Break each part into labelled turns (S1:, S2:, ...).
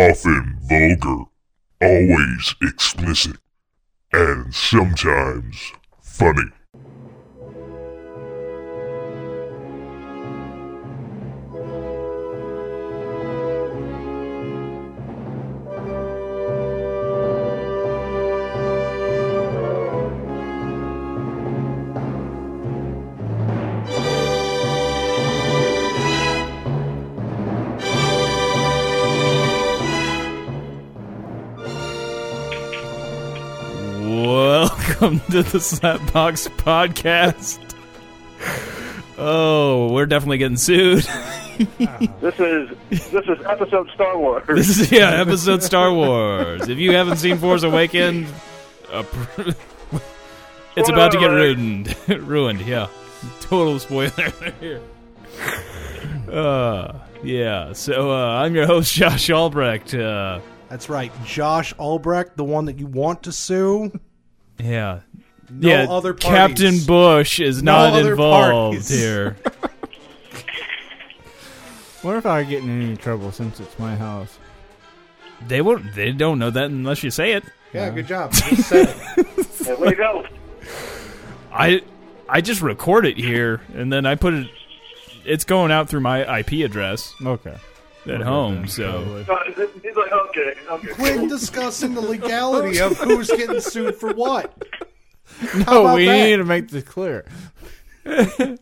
S1: often vulgar, always explicit, and sometimes funny.
S2: Welcome to the Slapbox Podcast. Oh, we're definitely getting sued.
S3: This is this is episode Star Wars.
S2: This is yeah, episode Star Wars. If you haven't seen Force Awakens, uh, pr- it's about to get ruined. ruined, yeah. Total spoiler here. Uh, yeah. So uh, I'm your host Josh Albrecht. Uh,
S4: That's right. Josh Albrecht, the one that you want to sue.
S2: yeah.
S4: No
S2: yeah,
S4: other parties.
S2: Captain Bush is
S4: No
S2: not
S4: other
S2: involved
S4: parties.
S2: here.
S5: What if I get in any trouble since it's my house?
S2: They won't. They don't know that unless you say it.
S4: Yeah, good job. Just said it.
S3: There we go.
S2: I I just record it here and then I put it. It's going out through my IP address
S5: Okay.
S2: at home. So
S3: Uh, He's like, okay, okay.
S4: Quit discussing the legality of who's getting sued for what.
S5: Oh,
S4: about
S5: we
S4: that?
S5: need to make this clear.
S2: uh,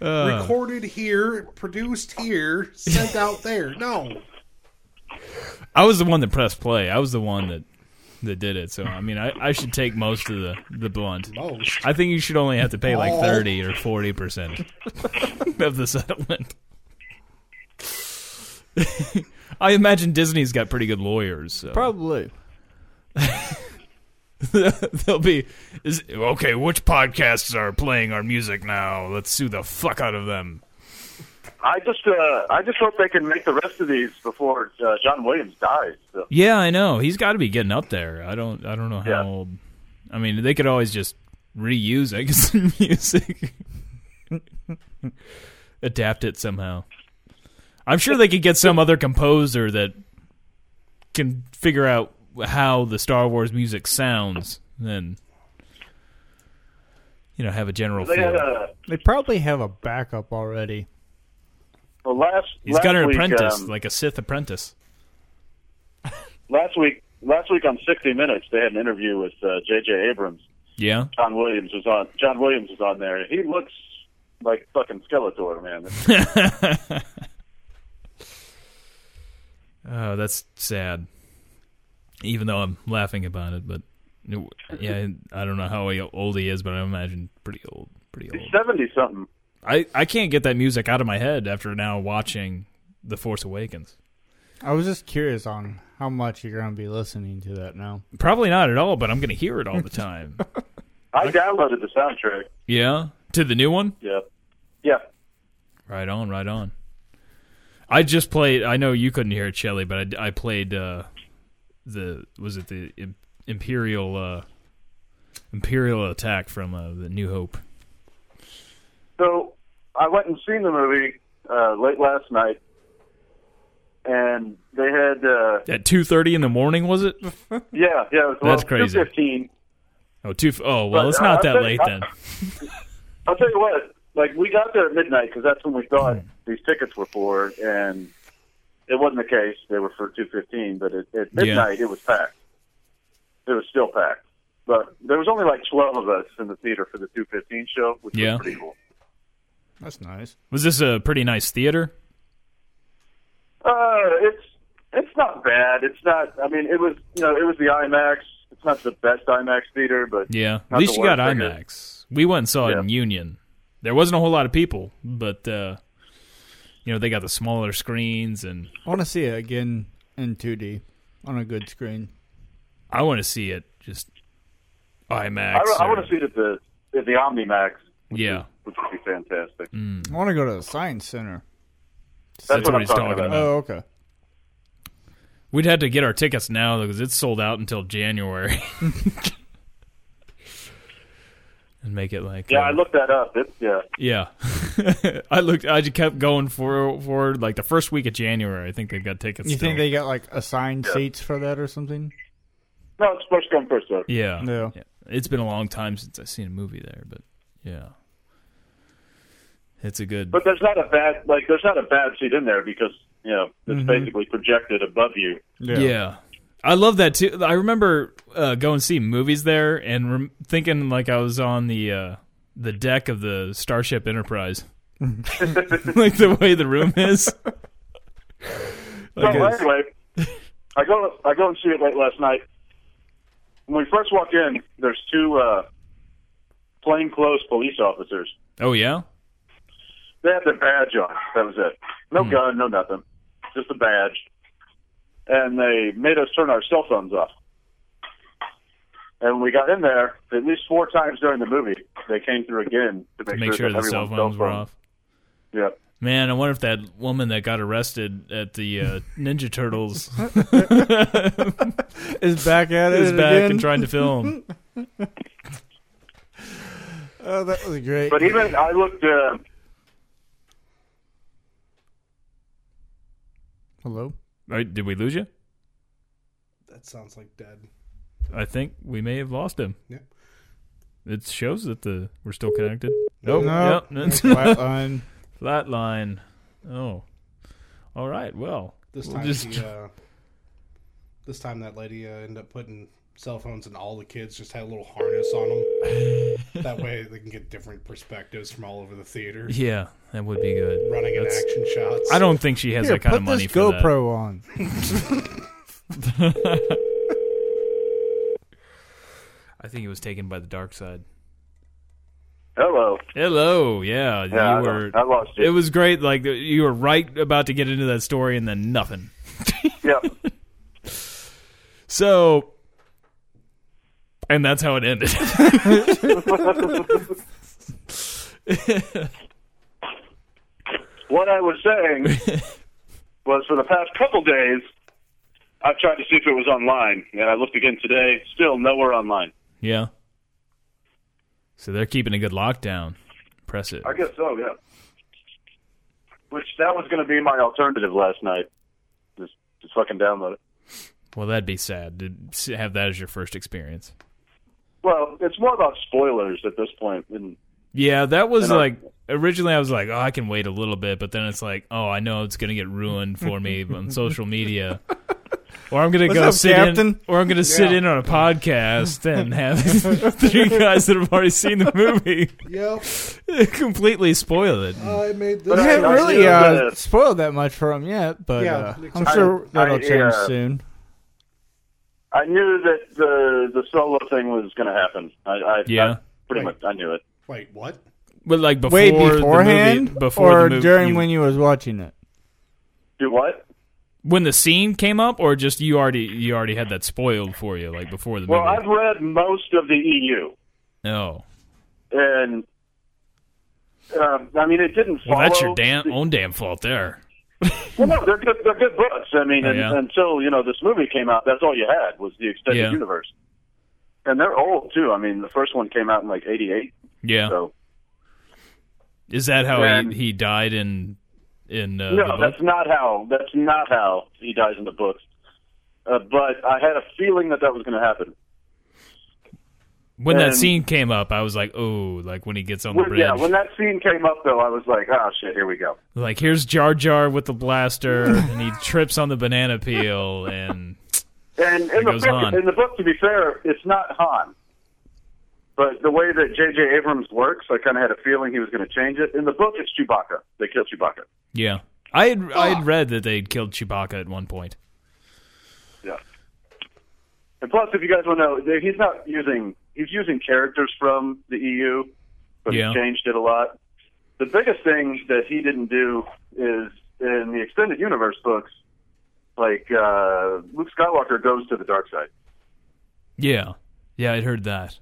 S4: Recorded here, produced here, sent out there. No.
S2: I was the one that pressed play. I was the one that that did it. So I mean, I, I should take most of the the blunt.
S4: Most.
S2: I think you should only have to pay like
S4: All.
S2: thirty or forty percent of the settlement. I imagine Disney's got pretty good lawyers. So.
S5: Probably.
S2: They'll be is, okay. Which podcasts are playing our music now? Let's sue the fuck out of them.
S3: I just uh, I just hope they can make the rest of these before uh, John Williams dies. So.
S2: Yeah, I know he's got to be getting up there. I don't. I don't know how
S3: Yeah.
S2: old. I mean, they could always just reuse I guess the music, adapt it somehow. I'm sure they could get some other composer that can figure out how the Star Wars music sounds, and you know, have a general
S3: They had uh,
S2: feel.
S3: a
S5: They probably have a backup already.
S3: well, last
S2: He's
S3: last
S2: got an
S3: week,
S2: apprentice,
S3: um,
S2: like a Sith apprentice.
S3: last week last week on 60 Minutes they had an interview with uh, J.J. Abrams.
S2: Yeah.
S3: John Williams was on. John Williams was on there. He looks like fucking Skeletor, man.
S2: Oh, that's sad. Even though I'm laughing about it, but yeah, I don't know how old he is, but I imagine pretty old, pretty
S3: He's
S2: old.
S3: 70 something.
S2: I I can't get that music out of my head after now watching The Force Awakens.
S5: I was just curious on how much you're going to be listening to that now.
S2: Probably not at all, but I'm gonna hear it all the time.
S3: I downloaded the soundtrack.
S2: yeah, to the new one.
S3: Yeah, yeah.
S2: Right on, right on. I just played. I know you couldn't hear it, Shelly, but I, I played uh, the was it the Im- Imperial uh, Imperial attack from uh, the New Hope.
S3: So I went and seen the movie uh, late last night, and they had uh,
S2: At two thirty in the morning, was it?
S3: yeah, yeah. It was,
S2: That's crazy.
S3: Two fifteen.
S2: Oh, two. Oh, well,
S3: But,
S2: it's not
S3: uh,
S2: that
S3: I
S2: late
S3: think-
S2: then.
S3: I'll tell you what. Like we got there at midnight because that's when we thought
S2: Hmm.
S3: these tickets were for, and it wasn't the case. They were for two fifteen, but at, at midnight it was packed. It was still packed, but there was only like twelve of us in the theater for the two fifteen show, which
S2: Yeah.
S3: was pretty cool.
S5: That's nice.
S2: Was this a pretty nice theater?
S3: Uh, it's it's not bad. It's not. I mean, it was you know it was the IMAX. It's not the best IMAX theater, but
S2: Yeah. At
S3: Not
S2: least
S3: the
S2: you got
S3: worst, I
S2: IMAX. We went and saw it
S3: Yeah.
S2: in Union. There wasn't a whole lot of people, but uh, you know they got the smaller screens, and
S5: I want to see it again in 2D on a good screen.
S2: I want to see it just IMAX.
S3: I, I
S2: or-
S3: want to see it at the at the OmniMax,
S2: Yeah.
S3: which would be fantastic.
S5: I want to go to the Science Center.
S3: That's,
S2: Mm, what
S3: what I'm
S2: he's
S3: talking,
S2: talking
S3: about.
S2: about.
S5: Oh, okay.
S2: We'd had to get our tickets now because it's sold out until January. and make it like
S3: Yeah,
S2: uh,
S3: I looked that up. It's yeah.
S2: Yeah, I looked. I just kept going for forward. Like the first week of January, I think they've got tickets.
S5: You
S2: still.
S5: think they got like assigned seats for that or something?
S3: No, it's first come first served.
S2: Yeah.
S5: No.
S2: Yeah. It's been a long time since I've seen a movie there, but yeah, it's a good.
S3: But there's not a bad like there's not a bad seat in there because you know it's
S2: Mm-hmm.
S3: basically projected above you.
S2: yeah. I love that too. I remember uh, going to see movies there and rem- thinking like I was on the uh, the deck of the Starship Enterprise, like the way the room is.
S3: So
S2: Like it's-
S3: anyway, I go I go and see it late last night. When we first walk in, there's two uh, plainclothes police officers.
S2: oh yeah,
S3: They had their badge on. That was it. No
S2: Hmm.
S3: gun, no nothing. Just a badge. And they made us turn our cell phones off. And when we got in there, at least four times during the movie, they came through again to make,
S2: to make sure
S3: that
S2: the cell phones
S3: everyone's
S2: were
S3: phone-
S2: off.
S3: Yeah.
S2: Man, I wonder if that woman that got arrested at the uh, Ninja Turtles
S5: Is back at it
S2: is back
S5: again.
S2: and trying to film.
S5: oh, that was great.
S3: But even I looked. Uh,
S5: Hello.
S2: Right, did we lose you?
S4: That sounds like dead.
S2: I think we may have lost him.
S4: Yeah.
S2: It shows that the we're still connected.
S5: Nope.
S2: Nope.
S5: That's flatline.
S2: Flatline. Oh. All right. Well,
S4: This
S2: we'll
S4: time,
S2: just-
S4: the, uh, this time that lady uh, ended up putting cell phones in all the kids. Just had a little harness on them. that way they can get different perspectives from all over the theater.
S2: yeah, that would be good.
S4: Running in
S2: That's-
S4: action shots.
S2: I don't think she has
S5: Here,
S2: that kind
S5: put
S2: of money
S5: this
S2: for that.
S5: GoPro on.
S2: I think it was taken by the dark side.
S3: hello.
S2: Hello. Yeah,
S3: Yeah, I,
S2: you were.
S3: I lost
S2: It
S3: you.
S2: was great. Like you were right about to get into that story, and then nothing.
S3: yeah.
S2: So, and that's how it ended.
S3: What I was saying was for the past couple days, I've tried to see if it was online, and I looked again today. Still nowhere online.
S2: yeah. So they're keeping a good lockdown. Press it.
S3: I guess so, yeah. Which that was going to be my alternative last night. Just, just fucking download it.
S2: Well, that'd be sad to s- have that as your first experience.
S3: Well, it's more about spoilers at this point. And
S2: Yeah, that was
S3: And I-
S2: like originally I was like, oh, I can wait a little bit, but then it's like, oh, I know it's gonna get ruined for me on social media, or I'm gonna
S5: What's
S2: go
S5: up,
S2: sit in,
S5: Captain?
S2: or I'm gonna sit in on a podcast and have three guys that have already seen the movie
S4: Yep,
S2: completely spoil it.
S4: I made
S5: You
S3: I-
S4: this.
S5: haven't
S3: I
S5: really
S3: do,
S5: uh,
S3: uh,
S5: spoiled that much for him yet, but
S4: Yeah,
S5: uh, I'm
S4: I-
S5: sure that'll
S3: I,
S5: change
S3: uh,
S5: soon.
S3: I knew that the the solo thing was going to happen. I, I
S2: Yeah.
S3: I pretty much I knew it.
S4: Wait, what?
S2: But like before
S5: Wait,
S2: the
S5: beforehand
S2: movie, before
S5: or
S2: the movie,
S5: during
S2: you-
S5: when you was watching it?
S3: Do what?
S2: when the scene came up, or just you already you already had that spoiled for you, like before the
S3: Well, I've
S2: movie.
S3: read most of the EU,
S2: oh,
S3: and um, I mean it didn't follow.
S2: well, that's your damn own damn fault there.
S3: Well, no, they're good. They're good books. I mean,
S2: Oh,
S3: and,
S2: yeah.
S3: until you know this movie came out, that's all you had was the extended
S2: Yeah.
S3: universe, and they're old too. I mean, the first one came out in like '88,
S2: Yeah.
S3: so
S2: Is that how
S3: And-
S2: he, he died in in uh, the
S3: no,
S2: book?
S3: that's not how. That's not how he dies in the books. Uh, but I had a feeling that that was going to happen.
S2: when that
S3: and-
S2: scene came up, I was like, "Oh, like when he gets on the
S3: When,
S2: bridge,
S3: yeah, when that scene came up, though, I was like, "Oh shit, here we go."
S2: like here's Jar Jar with the blaster, and he trips on the banana peel, and
S3: And in the
S2: goes
S3: book,
S2: Han.
S3: in the book, to be fair, it's not Han. But the way that J.J. Abrams works, I kind of had a feeling he was going to change it. In the book, it's Chewbacca. They kill Chewbacca.
S2: yeah, I had I
S3: Ah.
S2: had read that they'd killed Chewbacca at one point.
S3: Yeah. And plus, if you guys want to know, there- he's not using he's using characters from the EU, but
S2: Yeah.
S3: he's changed it a lot. The biggest thing that he didn't do is in the extended universe books, like uh, Luke Skywalker goes to the dark side.
S2: Yeah, yeah, I'd heard that.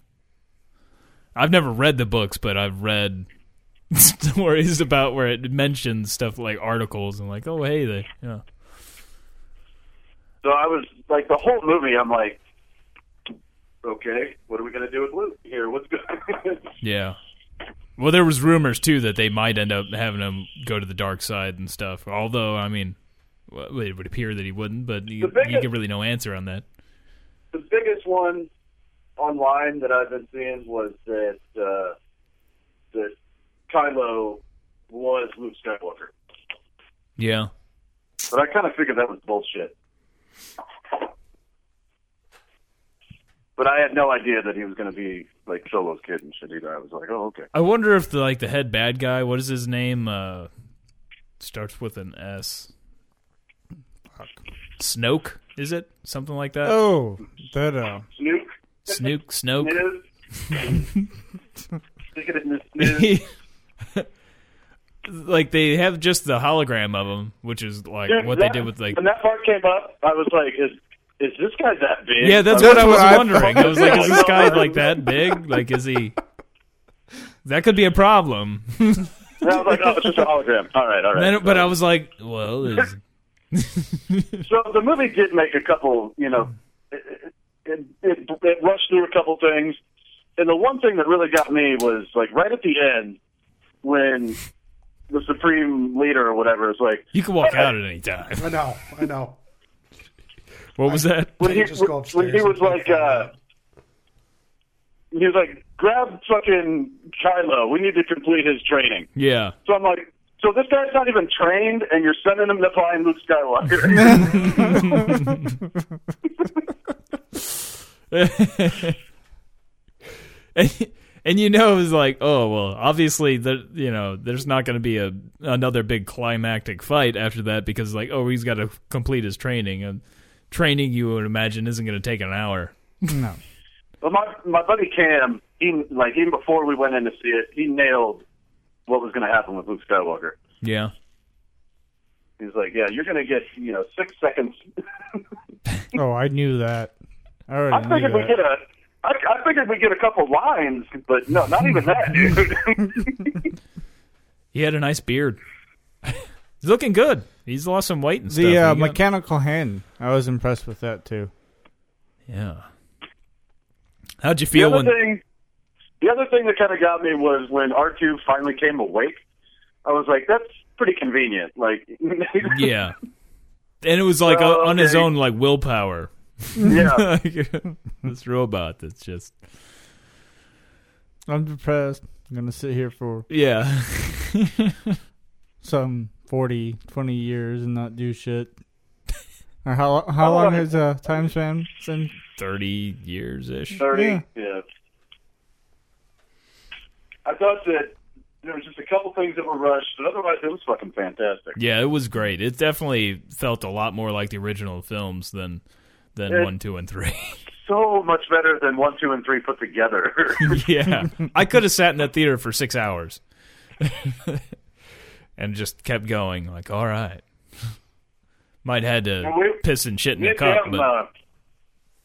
S2: I've never read the books, but I've read stories about where it mentions stuff like articles and like, oh hey, they yeah,
S3: So I was like the whole movie. I'm like, okay, what are we going to do with Luke here? What's good?
S2: Yeah. Well, there was rumors too that they might end up having him go to the dark side and stuff. Although, I mean, well, it would appear that he wouldn't, but you,
S3: biggest-
S2: you get really no answer on that.
S3: the biggest one online that I've been seeing was that uh, that Kylo was Luke Skywalker,
S2: Yeah.
S3: but I kind of figured that was bullshit. But I had no idea that he was going to be like Solo's kid and shit either. I was like, oh okay.
S2: I wonder if the like the head bad guy, what is his name? Uh starts with an S. Snoke, is it? Something like that?
S5: Oh, that uh,
S3: Snook,
S2: Snook, Snoke.
S3: Snook. Stick it in the Snook.
S2: He- like they have just the hologram of him, which is like
S3: Dude,
S2: what
S3: that-
S2: they did with like
S3: when that part came up, I was like, "Is is this guy that big?"
S2: Yeah, that's
S3: I
S2: what
S3: was-
S2: I was
S5: what I
S2: wondering. I was like, is this
S3: thought.
S2: guy like that big? Like is he That could be a problem.
S3: and I was like, "Oh, it's just a hologram." All right, all right.
S2: Then- but I was like, well, is
S3: so the movie did make a couple, you know, it, it, it, it rushed through a couple things, and the one thing that really got me was like right at the end when the supreme leader or whatever is like
S2: you can walk out at any time.
S4: I know, I know.
S2: What was that?
S3: when he,
S4: Just go
S3: when he
S4: upstairs
S3: was
S4: and
S3: like, uh, he was like, grab fucking Kylo. We need to complete his training.
S2: Yeah.
S3: So I'm like, so this guy's not even trained, and you're sending him to find Luke Skywalker.
S2: and, and you know it's like oh well obviously the you know there's not going to be a another big climactic fight after that because like oh he's got to complete his training and training you would imagine isn't going to take an hour
S5: no.
S3: but my my buddy Cam, he like even before we went in to see it, he nailed what was going to happen with Luke Skywalker.
S2: yeah
S3: He's like, yeah, you're going to get you know six seconds.
S5: Oh, I knew that. I
S3: I
S5: already knew
S3: figured we
S5: that.
S3: get a. I, I figured we get a couple lines, but no, not even that, dude.
S2: he had a nice beard he's looking good he's lost some weight and stuff
S5: The uh,
S2: He got-
S5: mechanical hand. I was impressed with that too.
S2: yeah how'd you
S3: the
S2: feel when
S3: other thing, the other thing that kind of got me was when R two finally came awake. I was like, that's pretty convenient. Like,
S2: yeah and it was like
S3: Oh,
S2: on his
S3: okay.
S2: own like willpower
S3: yeah.
S2: this robot that's just
S5: I'm depressed. I'm gonna sit here for
S2: yeah
S5: some 40, 20 years and not do shit. Or how how
S3: Oh,
S5: long
S3: I-
S5: has uh, time span since?
S2: 30 years ish.
S3: 30.
S5: Yeah.
S3: Yeah. I thought that there was just a couple things that were rushed, but otherwise it was fucking fantastic.
S2: Yeah, it was great. It definitely felt a lot more like the original films than than
S3: It-
S2: 1, 2 and 3.
S3: So much better than one, two, and three put together.
S2: yeah. I could have sat in that theater for 6 hours. and just kept going like, "All right." Might had to
S3: Well, we-
S2: piss and shit in
S3: me
S2: the
S3: and
S2: cup,
S3: Cam,
S2: but
S3: uh,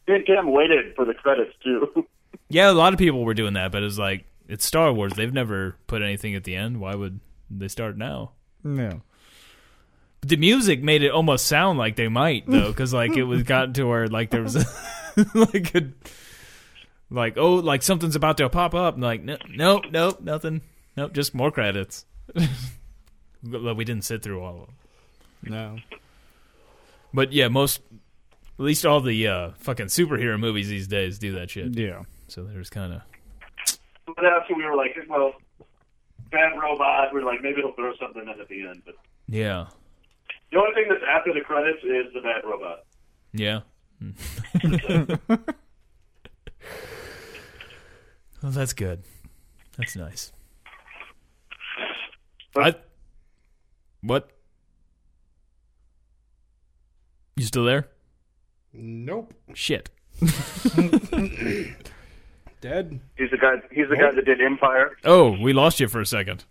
S3: me and Cam waited for the credits too.
S2: yeah, a lot of people were doing that, but it's like it's Star Wars. They've never put anything at the end. Why would they start now?
S5: No.
S2: the music made it almost sound like they might though because like it was gotten to where like there was like a like oh like something's about to pop up and like no nope nope nothing nope just more credits But we didn't sit through all of them
S5: No.
S2: but yeah most at least all the uh fucking superhero movies these days do that shit
S5: Yeah.
S2: so there's kind of
S3: But after we were like, well, bad robot. We were like, maybe he'll throw something in at the end. But
S2: yeah
S3: the only thing that's after the credits is the bad robot.
S2: yeah well that's good that's nice I, what? You still there?
S4: Nope,
S2: Shit.
S4: dead.
S3: He's the guy. He's the guy that did Empire.
S2: Oh, we lost you for a second.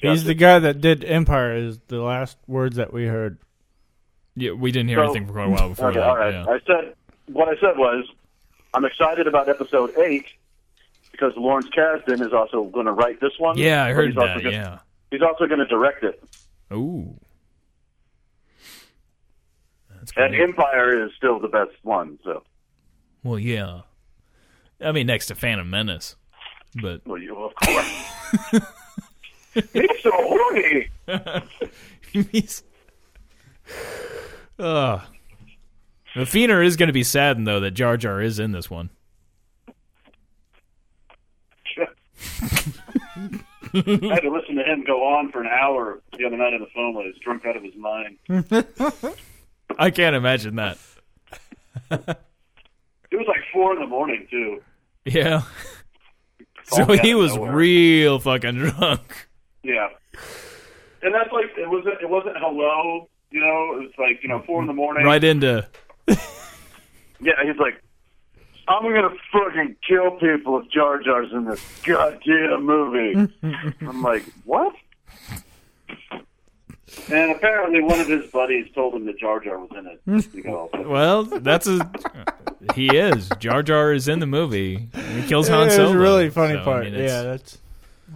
S5: He's the guy that did Empire. Is the last words that we heard.
S2: Yeah, we didn't hear
S3: So-
S2: anything for quite a while before
S3: Okay,
S2: that.
S3: all right.
S2: yeah.
S3: I said what I said was I'm excited about episode eight because Lawrence Kasdan is also going to write this one.
S2: Yeah, I
S3: but
S2: heard
S3: he's also
S2: that.
S3: gonna-
S2: Yeah.
S3: he's also going to direct it.
S2: Ooh. That's
S3: And
S2: great.
S3: Empire is still the best one. So
S2: Well, yeah. I mean, next to Phantom Menace, but
S3: Well, you of course. He's so horny.
S2: He's. Ugh. But Feener is going to be saddened though that Jar Jar is in this one.
S3: I had to listen to him go on for an hour the other night on the phone while he was drunk out of his mind.
S2: I can't imagine that.
S3: It was like four in the morning too.
S2: Yeah.
S5: Oh,
S2: So
S3: Falling out
S2: he
S3: of
S2: was
S3: nowhere.
S2: real fucking drunk.
S3: Yeah. And that's like it wasn't it wasn't hello, you know, it was like, you know, four in the morning.
S2: Right into
S3: Yeah, he's like I'm gonna fucking kill people if Jar Jar's in this goddamn movie. I'm like, What? And apparently one of his buddies told him that Jar Jar was in it. He got all pissed.
S2: Hmm. well, that's a he is. Jar Jar is in the movie. He kills Han
S5: it was
S2: Solo.
S5: a really funny
S2: So, I
S5: part.
S2: mean, it's-
S5: yeah, that's.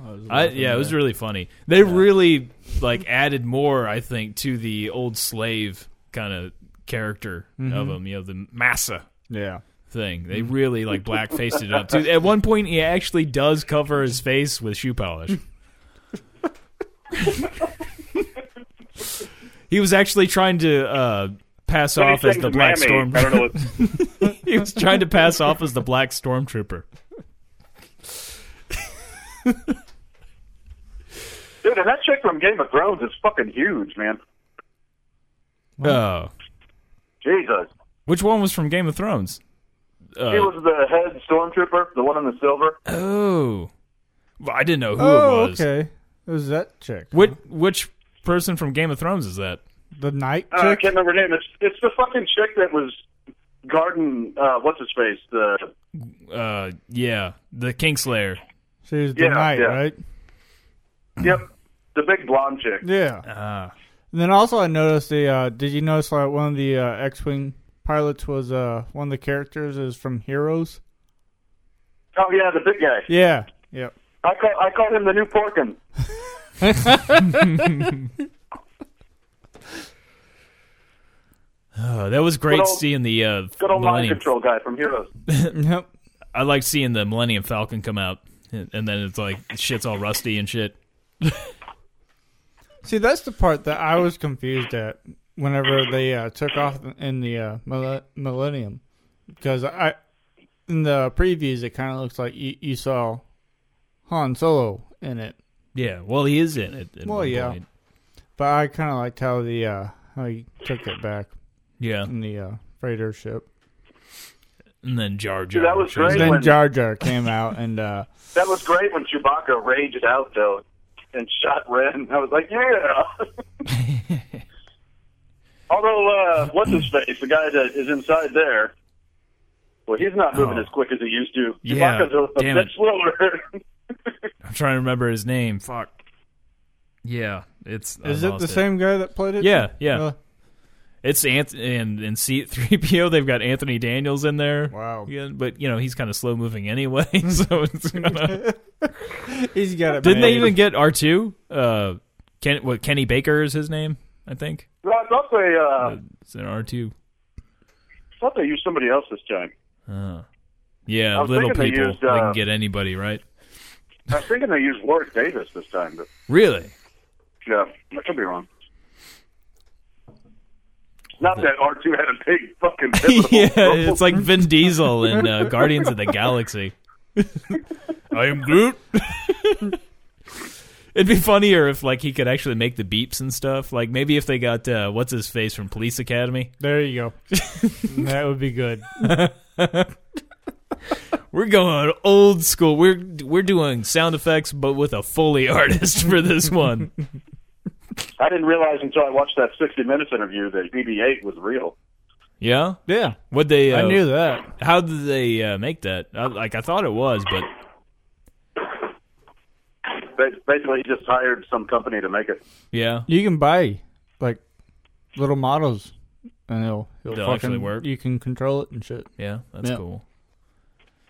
S5: I was
S2: I,
S5: laughing
S2: yeah, it was
S5: there.
S2: really funny. They really like added more, I think, to the old slave kind of character
S5: Mm-hmm.
S2: of him. You know, the massa
S5: yeah.
S2: thing. They really like blackfaced it up. Too. At one point, he actually does cover his face with shoe polish. he was actually trying to uh, pass
S3: But he
S2: off as
S3: sings
S2: the black
S3: Mammy.
S2: storm.
S3: I don't know what
S2: he was trying to pass off as the black stormtrooper.
S3: Dude, and that chick from Game of Thrones is fucking huge, man.
S2: Oh,
S3: Jesus.
S2: which one was from Game of Thrones? Uh,
S3: He was the head stormtrooper, the one in the silver.
S2: Oh, well, I didn't know who
S5: Oh,
S2: it was.
S5: okay. It was that chick.
S2: Which which person from Game of Thrones is that?
S5: The night
S3: Uh, I
S5: chick?
S3: can't remember her name. It's it's the fucking chick that was guarding uh what's his face? The
S2: Uh, yeah, the Kingslayer.
S5: she was the
S3: Yeah,
S5: night,
S3: yeah.
S5: right?
S2: Hmm.
S3: Yep. The big blonde chick.
S5: Yeah.
S2: Ah,
S5: And then also I noticed the uh did you notice like one of the uh, X-wing pilots was uh one of the characters is from Heroes?
S3: Oh yeah, the big guy.
S5: Yeah. Yep.
S3: I call I call him the new Porkin.
S2: Oh, that was great
S3: Good old-
S2: seeing the uh,
S3: Good old mind
S2: Millennium.
S3: control guy from Heroes.
S5: Yep.
S2: I like seeing the Millennium Falcon come out, and and then it's like shit's all rusty and shit.
S5: See, that's the part that I was confused at whenever they uh, took off in the uh, mille- Millennium, because I in the previews it kind of looks like you, you saw Han Solo in it,
S2: Yeah, well, he is in it. at
S5: Well,
S2: one
S5: yeah.
S2: point.
S5: but I kind of liked how the uh, how he took it back
S2: yeah,
S5: in the uh, freighter ship.
S2: and then Jar Jar.
S3: Dude, that was
S2: shows
S3: great.
S2: up.
S5: Then
S3: when-
S5: Jar Jar came out and uh,
S3: That was great when Chewbacca raged out though and shot Ren. I was like, Yeah Although uh what's his face? The guy that is inside there. Well, he's not moving
S2: Oh.
S3: as quick as he used to.
S2: Yeah,
S3: Chewbacca's a, a
S2: damn
S3: bit
S2: it.
S3: slower.
S2: I'm trying to remember his name. Fuck. Yeah, it's. I
S5: is it
S2: lost
S5: the same Uh. guy that played it?
S2: Yeah, yeah.
S5: Really?
S2: It's Anth- and and C three PO. They've got Anthony Daniels in there.
S5: Wow.
S2: Yeah, but you know he's kind of slow moving anyway. So it's gonna...
S5: He's got it.
S2: didn't they
S5: made.
S2: even get R two? Uh, Ken what Kenny Baker is his name, I think.
S3: No, I thought they, uh,
S2: It's an R two.
S3: I thought they used somebody else this time.
S2: Uh, yeah,
S3: I was
S2: little
S3: thinking they
S2: people.
S3: used,
S2: they
S3: uh,
S2: can get anybody, right?
S3: I was thinking they used Warwick Davis this time, but
S2: Really?
S3: yeah, I could be wrong. Not that R2 had a big fucking pivotal
S2: yeah,
S3: role.
S2: it's like Vin Diesel in uh, Guardians of the Galaxy. I am Groot. It'd be funnier if like he could actually make the beeps and stuff. Like maybe if they got uh, what's his face from Police Academy.
S5: There you go. that would be good.
S2: We're going old school. We're we're doing sound effects, but with a Foley artist for this one.
S3: I didn't realize until I watched that 60 Minutes interview that BB-8 was real.
S2: yeah,
S5: Yeah,
S2: what they? Uh,
S5: I knew that.
S2: How did they uh, make that? I, like I thought it was, but
S3: Ba- Basically, he just hired some company to make it.
S2: yeah,
S5: You can buy like little models, and it'll it'll
S2: They'll
S5: fucking,
S2: actually work?
S5: You can control it and shit.
S2: yeah, that's
S5: Yeah.
S2: cool.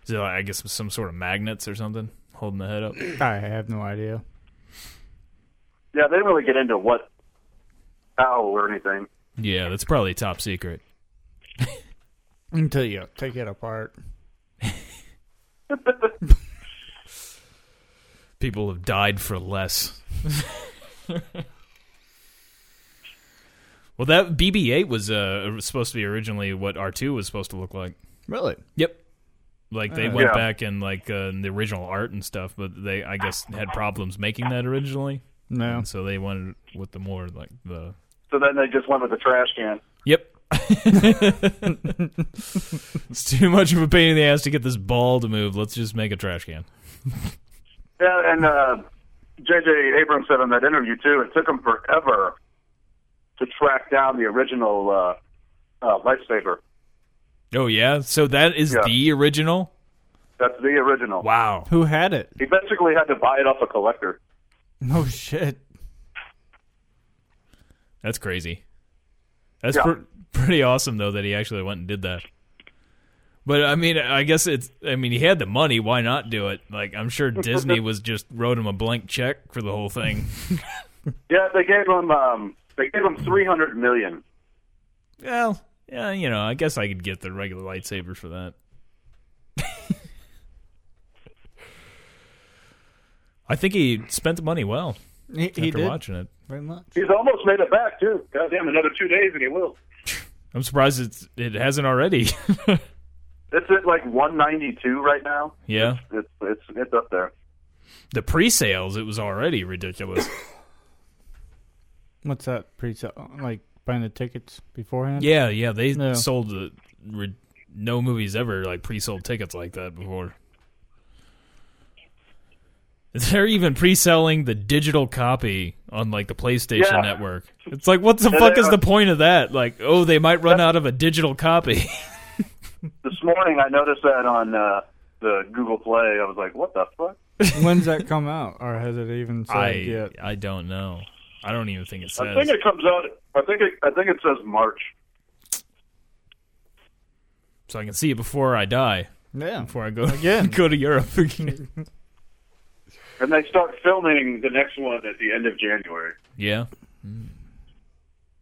S2: So I guess some sort of magnets or something holding the head up.
S5: I have no idea.
S3: Yeah, they didn't really get into what, how, or anything.
S2: Yeah, that's probably top secret.
S5: Until you take it apart.
S2: People have died for less. well, that BB-8 was uh, supposed to be originally what R2 was supposed to look like.
S5: Really?
S2: Yep. Like they
S5: Uh,
S2: went
S3: Yeah.
S2: back and like uh, the original art and stuff, but they I guess had problems making that originally,
S5: No.
S2: and so they went with the more like the
S3: So then they just went with the trash can.
S2: Yep. it's too much of a pain in the ass to get this ball to move. Let's just make a trash can.
S3: Yeah, and uh, J.J. Abrams said on that interview too, it took him forever to track down the original uh, uh, lightsaber.
S2: Oh yeah, so that is
S3: Yeah.
S2: the original.
S3: That's the original.
S2: Wow.
S5: Who had it?
S3: He basically had to buy it off a collector.
S5: No shit.
S2: That's crazy. That's
S3: Yeah.
S2: pr- pretty awesome though that he actually went and did that. But I mean, I guess it's. I mean, he had the money. Why not do it? Like I'm sure Disney was just wrote him a blank check for the whole thing.
S3: Yeah, they gave him um, they gave him three hundred million.
S2: well, yeah, you know, I guess I could get the regular lightsabers for that. I think he spent the money well
S5: He,
S2: after
S5: he did
S2: watching it.
S5: very much.
S3: He's almost made it back too. Goddamn, another two days and he will.
S2: I'm surprised it's, it hasn't already.
S3: It's at like one ninety two right now.
S2: yeah,
S3: It's it's it's up there.
S2: the pre-sales it was already ridiculous.
S5: What's that pre Like buying the tickets beforehand?
S2: Yeah, yeah, they
S5: Yeah.
S2: sold the re, no movies ever like pre-sold tickets like that before. They're even pre-selling the digital copy on like the PlayStation
S3: Yeah.
S2: Network. It's like, what the
S3: Yeah,
S2: fuck
S3: they
S2: is
S3: are-
S2: the point of that? Like, oh, they might run out of a digital copy.
S3: This morning I noticed that on uh, the Google Play. I was like, what the fuck?
S5: When's that come out, or has it even said
S2: I
S5: yet?
S2: I don't know. I don't even think it
S3: I
S2: says.
S3: think it comes out. I think it, I think it says March.
S2: so I can see it before I die,
S5: Yeah.
S2: before I go
S5: Again.
S2: go to Europe again.
S3: And they start filming the next one at the end of January.
S2: yeah.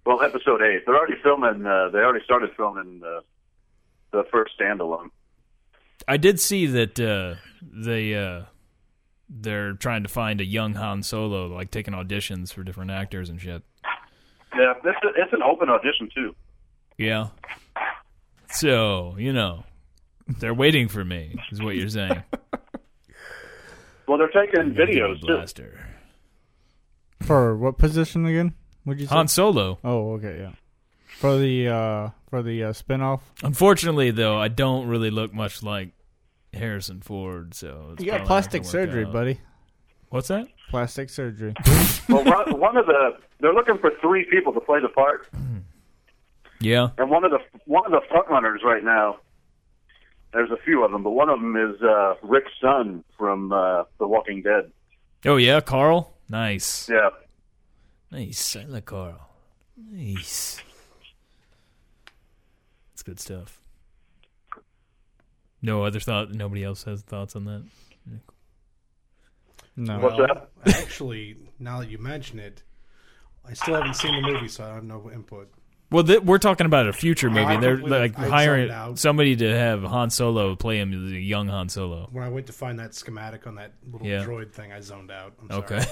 S3: Well, episode eight. They're already filming. Uh, they already started filming the the first standalone.
S2: I did see that uh, they uh, they're trying to find a young Han Solo, like taking auditions for different actors and shit.
S3: Yeah, it's a, it's an open audition too.
S2: Yeah. So you know, they're waiting for me. Is what you're saying?
S3: Well, they're taking videos too.
S2: blaster.
S5: For what position again? Would you say?
S2: Han Solo.
S5: Oh, okay, yeah. For the uh for the uh, spinoff.
S2: Unfortunately, though, I don't really look much like Harrison Ford. So it's
S5: You
S2: probably not
S5: got
S2: gonna
S5: plastic
S2: work
S5: surgery,
S2: out.
S5: buddy.
S2: What's that?
S5: Plastic surgery.
S3: Well, one, one of the they're looking for three people to play the part,
S2: Yeah.
S3: and one of the one of the front runners right now. There's a few of them, but one of them is uh, Rick's son from uh, The Walking Dead.
S2: Oh yeah, Carl. Nice.
S3: Yeah,
S2: Nice. I like Carl. Nice. It's good stuff. No other thought. Nobody else has thoughts on that.
S5: No.
S3: What's
S4: Well, actually, now that you mention it, I still haven't seen the movie, so I have no input.
S2: Well, th- we're talking about a future
S4: I
S2: movie. They're
S4: completely-
S2: like
S4: I zoned
S2: hiring
S4: out.
S2: somebody to have Han Solo play him, as a young Han Solo.
S4: When I went to find that schematic on that little
S2: Yeah.
S4: droid thing, I zoned out. I'm sorry.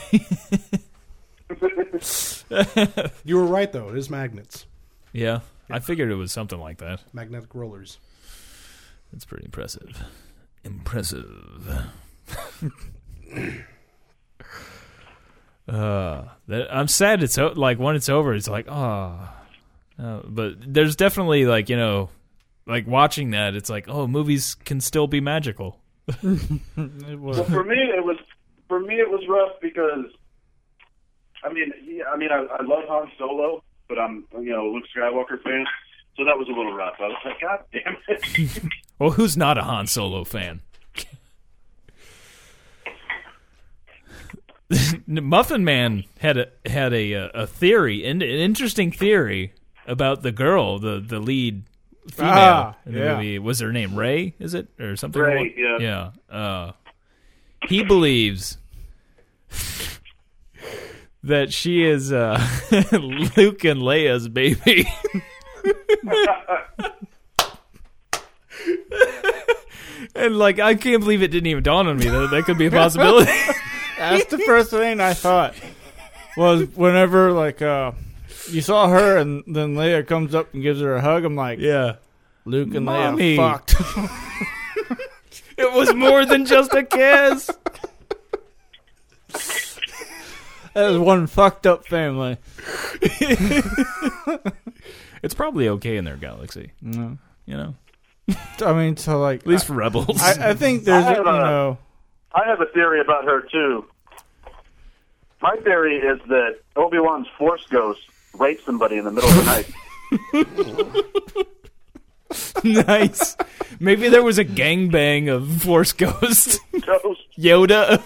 S2: Okay.
S4: You were right though. It is magnets,
S2: yeah, I figured it was something like that.
S4: magnetic rollers.
S2: That's pretty impressive. Impressive. uh, that, I'm sad. It's o- like when it's over, it's like ah. Uh, but there's definitely like you know, like watching that, it's like oh, movies can still be magical.
S5: It
S3: Well,
S5: was-
S3: for me, it was for me it was rough because, I mean, yeah, I mean, I, I love Han Solo, but I'm you know a Luke Skywalker fan, so that was a little rough. I was like, God damn it!
S2: Well, who's not a Han Solo fan? Muffin Man had a had a uh, a theory, an, an interesting theory about the girl, the the lead female
S5: Ah,
S2: in the
S5: yeah.
S2: movie. Was her name Ray? Is it or something?
S3: Ray,
S2: along-
S3: yeah.
S2: yeah. Uh, he believes that she is uh, Luke and Leia's baby. and like I can't believe it didn't even dawn on me that that could be a possibility.
S5: That's the first thing I thought was whenever like uh you saw her and then Leia comes up and gives her a hug. I'm like,
S2: yeah,
S5: Luke and
S2: Mommy.
S5: Leia fucked.
S2: it was more than just a kiss.
S5: that is one fucked up family.
S2: It's probably okay in their galaxy,
S5: No.
S2: you know,
S5: I mean, so like,
S2: at least for rebels.
S5: I, I think there's
S3: I
S5: you
S3: have a-
S5: know,
S3: I have a theory about her too. My theory is that Obi Wan's Force Ghost raped somebody in the middle of the night.
S2: nice. Maybe there was a gangbang of Force Ghost,
S3: Ghost.
S2: Yoda.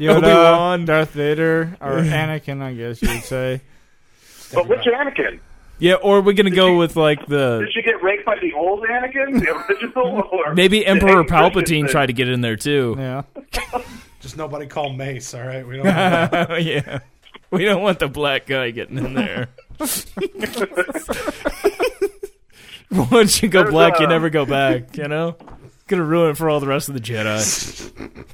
S2: Obi-Wan.
S5: Yoda, Darth Vader, or Anakin, I guess you would say.
S3: But which Anakin?
S2: Yeah, or we're gonna go with like the
S3: Did she get raped by the old Anakin, the original, or
S2: maybe
S3: the
S2: Emperor
S3: Hayden Christensen?
S2: Palpatine tried to get in there too.
S5: Yeah.
S4: Just nobody call Mace, all right? We don't have
S2: yeah, we don't want the black guy getting in there. Once you go
S3: There's
S2: black, you
S3: a-
S2: never go back. You know, gonna ruin it for all the rest of the Jedi.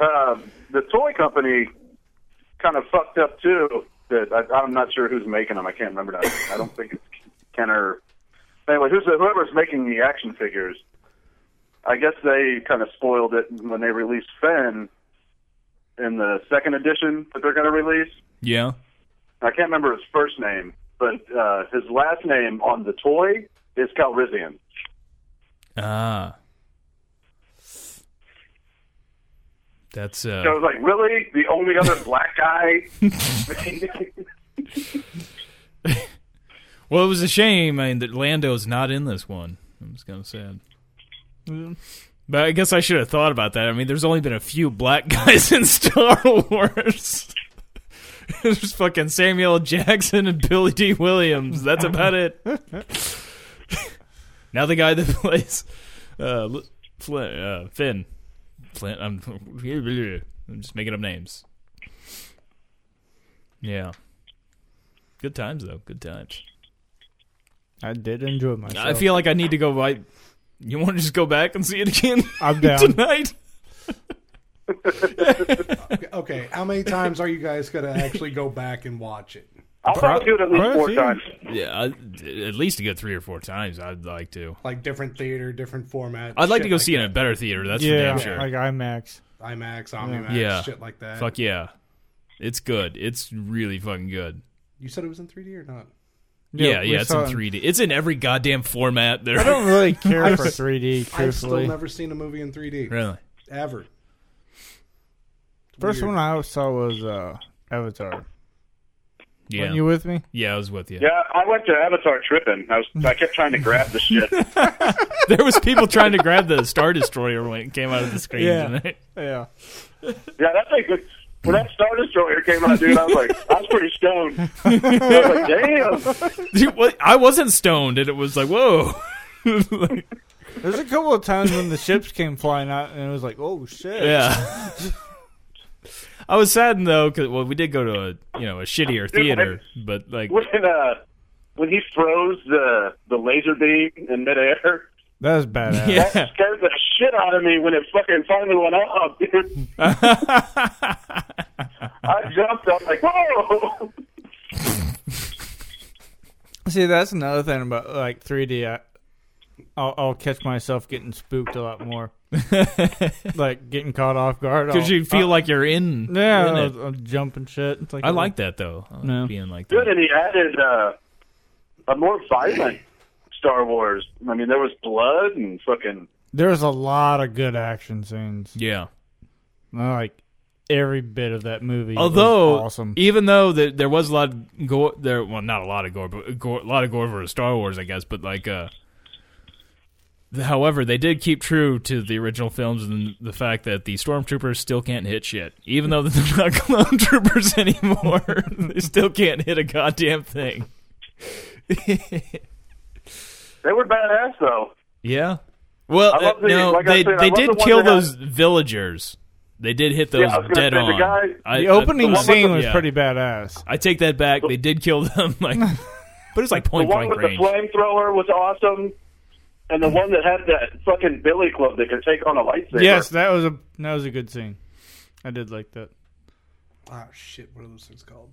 S3: Um, the toy company kind of fucked up too. That I, I'm not sure who's making them. I can't remember now. I don't think it's Kenner. Anyway, who's whoever's making the action figures? I guess they kind of spoiled it when they released Finn in the second edition that they're going to release.
S2: Yeah,
S3: I can't remember his first name, but uh, his last name on the toy is Calrissian.
S2: ah, that's uh,
S3: So I was like, really? The only other black guy?
S2: Well, it was a shame. I mean, that Lando's not in this one. I'm just kind of sad. But I guess I should have thought about that. I mean, there's only been a few black guys in Star Wars. there's fucking Samuel L. Jackson and Billy D. Williams. That's about it. now the guy that plays uh, L- Flint, uh, Finn. Flint. I'm, I'm just making up names. Yeah. Good times though. Good times.
S5: I did enjoy myself.
S2: I feel like I need to go. I, you want to just go back and see it again
S5: I'm down.
S2: tonight?
S4: Okay, how many times are you guys going to actually go back and watch it?
S3: I'll probably do it at least
S5: Prob-
S3: four times.
S5: probably.
S2: Yeah, I, at least a good three or four times. I'd like to.
S4: Like different theater, different format.
S2: I'd like to
S4: shit
S2: go
S4: like
S2: see it in a better theater. That's for
S5: yeah,
S2: damn sure.
S5: like IMAX.
S4: IMAX, OmniMax,
S2: Yeah.
S4: shit like that.
S2: Fuck yeah, it's good. It's really fucking good.
S4: You said it was in 3D or not?
S2: Yeah, yeah,
S5: we
S2: it's
S5: saw
S2: in
S5: it.
S2: 3D. It's in every goddamn format there.
S5: I don't really care for 3D,
S4: I've still
S5: truthfully.
S4: never seen a movie in 3D
S2: really.
S4: ever.
S5: First
S4: Weird.
S5: one I saw was uh, Avatar.
S2: Yeah,
S5: Weren't you with me?
S2: yeah, I was with you.
S3: Yeah, I went to Avatar tripping. I was I kept trying to grab the shit.
S2: There was people trying to grab the Star Destroyer when it came out of the screen.
S5: Yeah.
S2: tonight.
S5: Yeah.
S3: Yeah, that's a good. When that Star Destroyer came out, dude, I was like, I was pretty stoned. I was like, damn.
S2: Dude, what- I wasn't stoned, and it was like, whoa.
S5: There's a couple of times when the ships came flying out, and it was like, oh shit.
S2: Yeah. I was saddened though, because well, we did go to a you know a shittier theater, but like
S3: When uh, when he froze the the laser beam in midair,
S5: That was badass.
S2: Yeah.
S3: that scared the shit out of me when it fucking finally went off, dude. I jumped. I was like, whoa.
S5: See, that's another thing about like 3D. I, I'll, I'll catch myself getting spooked a lot more, like getting caught off guard.
S2: because
S5: I'll-
S2: you feel
S5: I'll-
S2: like you're in.
S5: Oh, uh,
S2: in
S5: yeah,
S2: it.
S5: I'll, I'll jump and shit. It's like oh.
S2: I like that though. I like
S5: No.
S2: Being like
S3: Good,
S2: that.
S3: and he added uh, a more violent Star Wars. I mean, there was blood and fucking.
S5: There's a lot of good action scenes.
S2: Yeah.
S5: I like every bit of that movie. was
S2: Although, e-
S5: awesome.
S2: even though there, there was a lot of gore, there well, not a lot of gore, but gore, a lot of gore for Star Wars, I guess. But like, uh, the- however, they did keep true to the original films and the fact that the stormtroopers still can't hit shit, even though they're not clone troopers anymore. they still can't hit a goddamn thing.
S3: They were badass though.
S2: Yeah. Well,
S3: I love
S2: uh,
S3: the-
S2: no,
S3: like I
S2: they
S3: said, I
S2: they
S3: love the
S2: did
S3: ones
S2: kill
S3: that have-
S2: those villagers. They did hit those
S3: I was gonna
S2: dead
S3: say, the
S2: on.
S3: guy-
S2: I-
S5: the
S2: I-
S5: opening
S2: one with
S5: scene
S2: the-
S5: was
S2: yeah.
S5: pretty badass.
S2: I take that back. They did kill them, like, but it's like
S3: The
S2: point
S3: one
S2: blank
S3: with the
S2: range.
S3: flamethrower was awesome. and
S4: Mm-hmm.
S3: the one that had that fucking billy club that could take on a lightsaber.
S5: Yes, that was a that was a good scene. I did like that.
S4: Oh shit! What are those things called?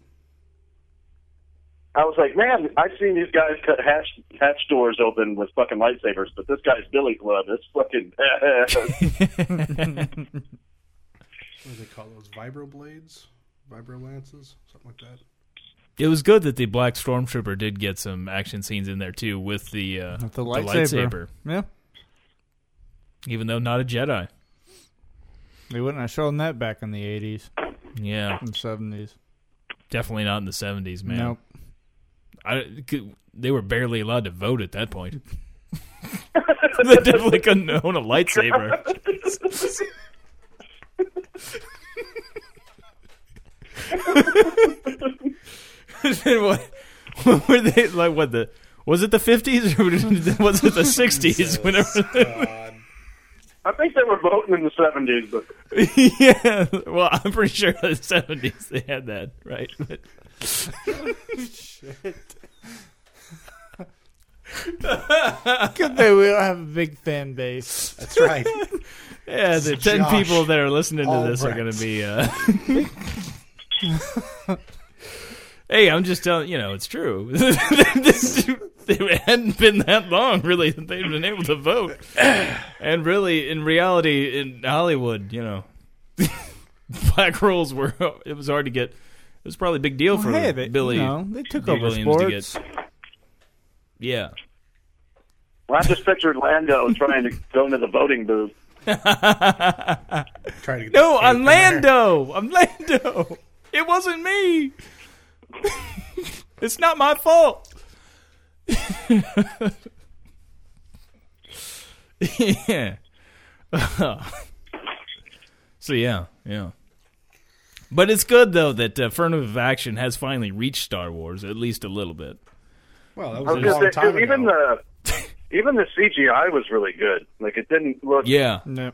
S3: I was like, man, I've seen these guys cut hatch hatch doors open with fucking lightsabers, but this guy's billy club is fucking.
S4: What do they call those? Vibro blades, vibro lances, something like that.
S2: It was good that the black stormtrooper did get some action scenes in there too with the uh,
S5: With the lightsaber.
S2: lightsaber,
S5: Yeah,
S2: even though not a Jedi.
S5: they wouldn't have shown that back in the '80s
S2: Yeah,
S5: and '70s.
S2: definitely not in the seventies, man.
S5: Nope.
S2: I could- they were barely allowed to vote at that point. they definitely couldn't own a lightsaber. then what, what were they like? What the was it the fifties or was it the sixties? Whenever
S4: God.
S3: I think they were voting in the seventies, but
S2: yeah. Well, I'm pretty sure the seventies they had that, right? But-
S5: Good they will have a big fan base.
S4: That's right.
S2: yeah, the ten
S4: Josh
S2: people that are listening to this are going
S4: Albrecht.
S2: to be. Uh... hey, I'm just telling you know it's true. This- it hadn't been that long, really, that they've been able to vote, and really, in reality, in Hollywood, you know, black roles were. It was hard to get. It was probably a big deal for
S5: hey, they,
S2: Billy.
S5: you know, they took
S2: D.
S5: over
S2: Williams to
S5: sports.
S2: get. Yeah.
S3: well, I just pictured Lando trying to go into the voting booth.
S4: Trying to get
S2: No,
S4: that tape
S2: I'm
S4: in there.
S2: Lando. I'm Lando. It wasn't me. it's not my fault. yeah. so yeah, yeah. But it's good though that uh, Affirmative Action has finally reached Star Wars at least a little bit.
S4: Well,
S3: I
S4: that
S3: was
S4: was a
S3: gonna
S4: long
S3: say, 'cause
S4: time
S3: even
S4: ago.
S3: the even the CGI was really good. Like it didn't look
S2: Yeah.
S5: No.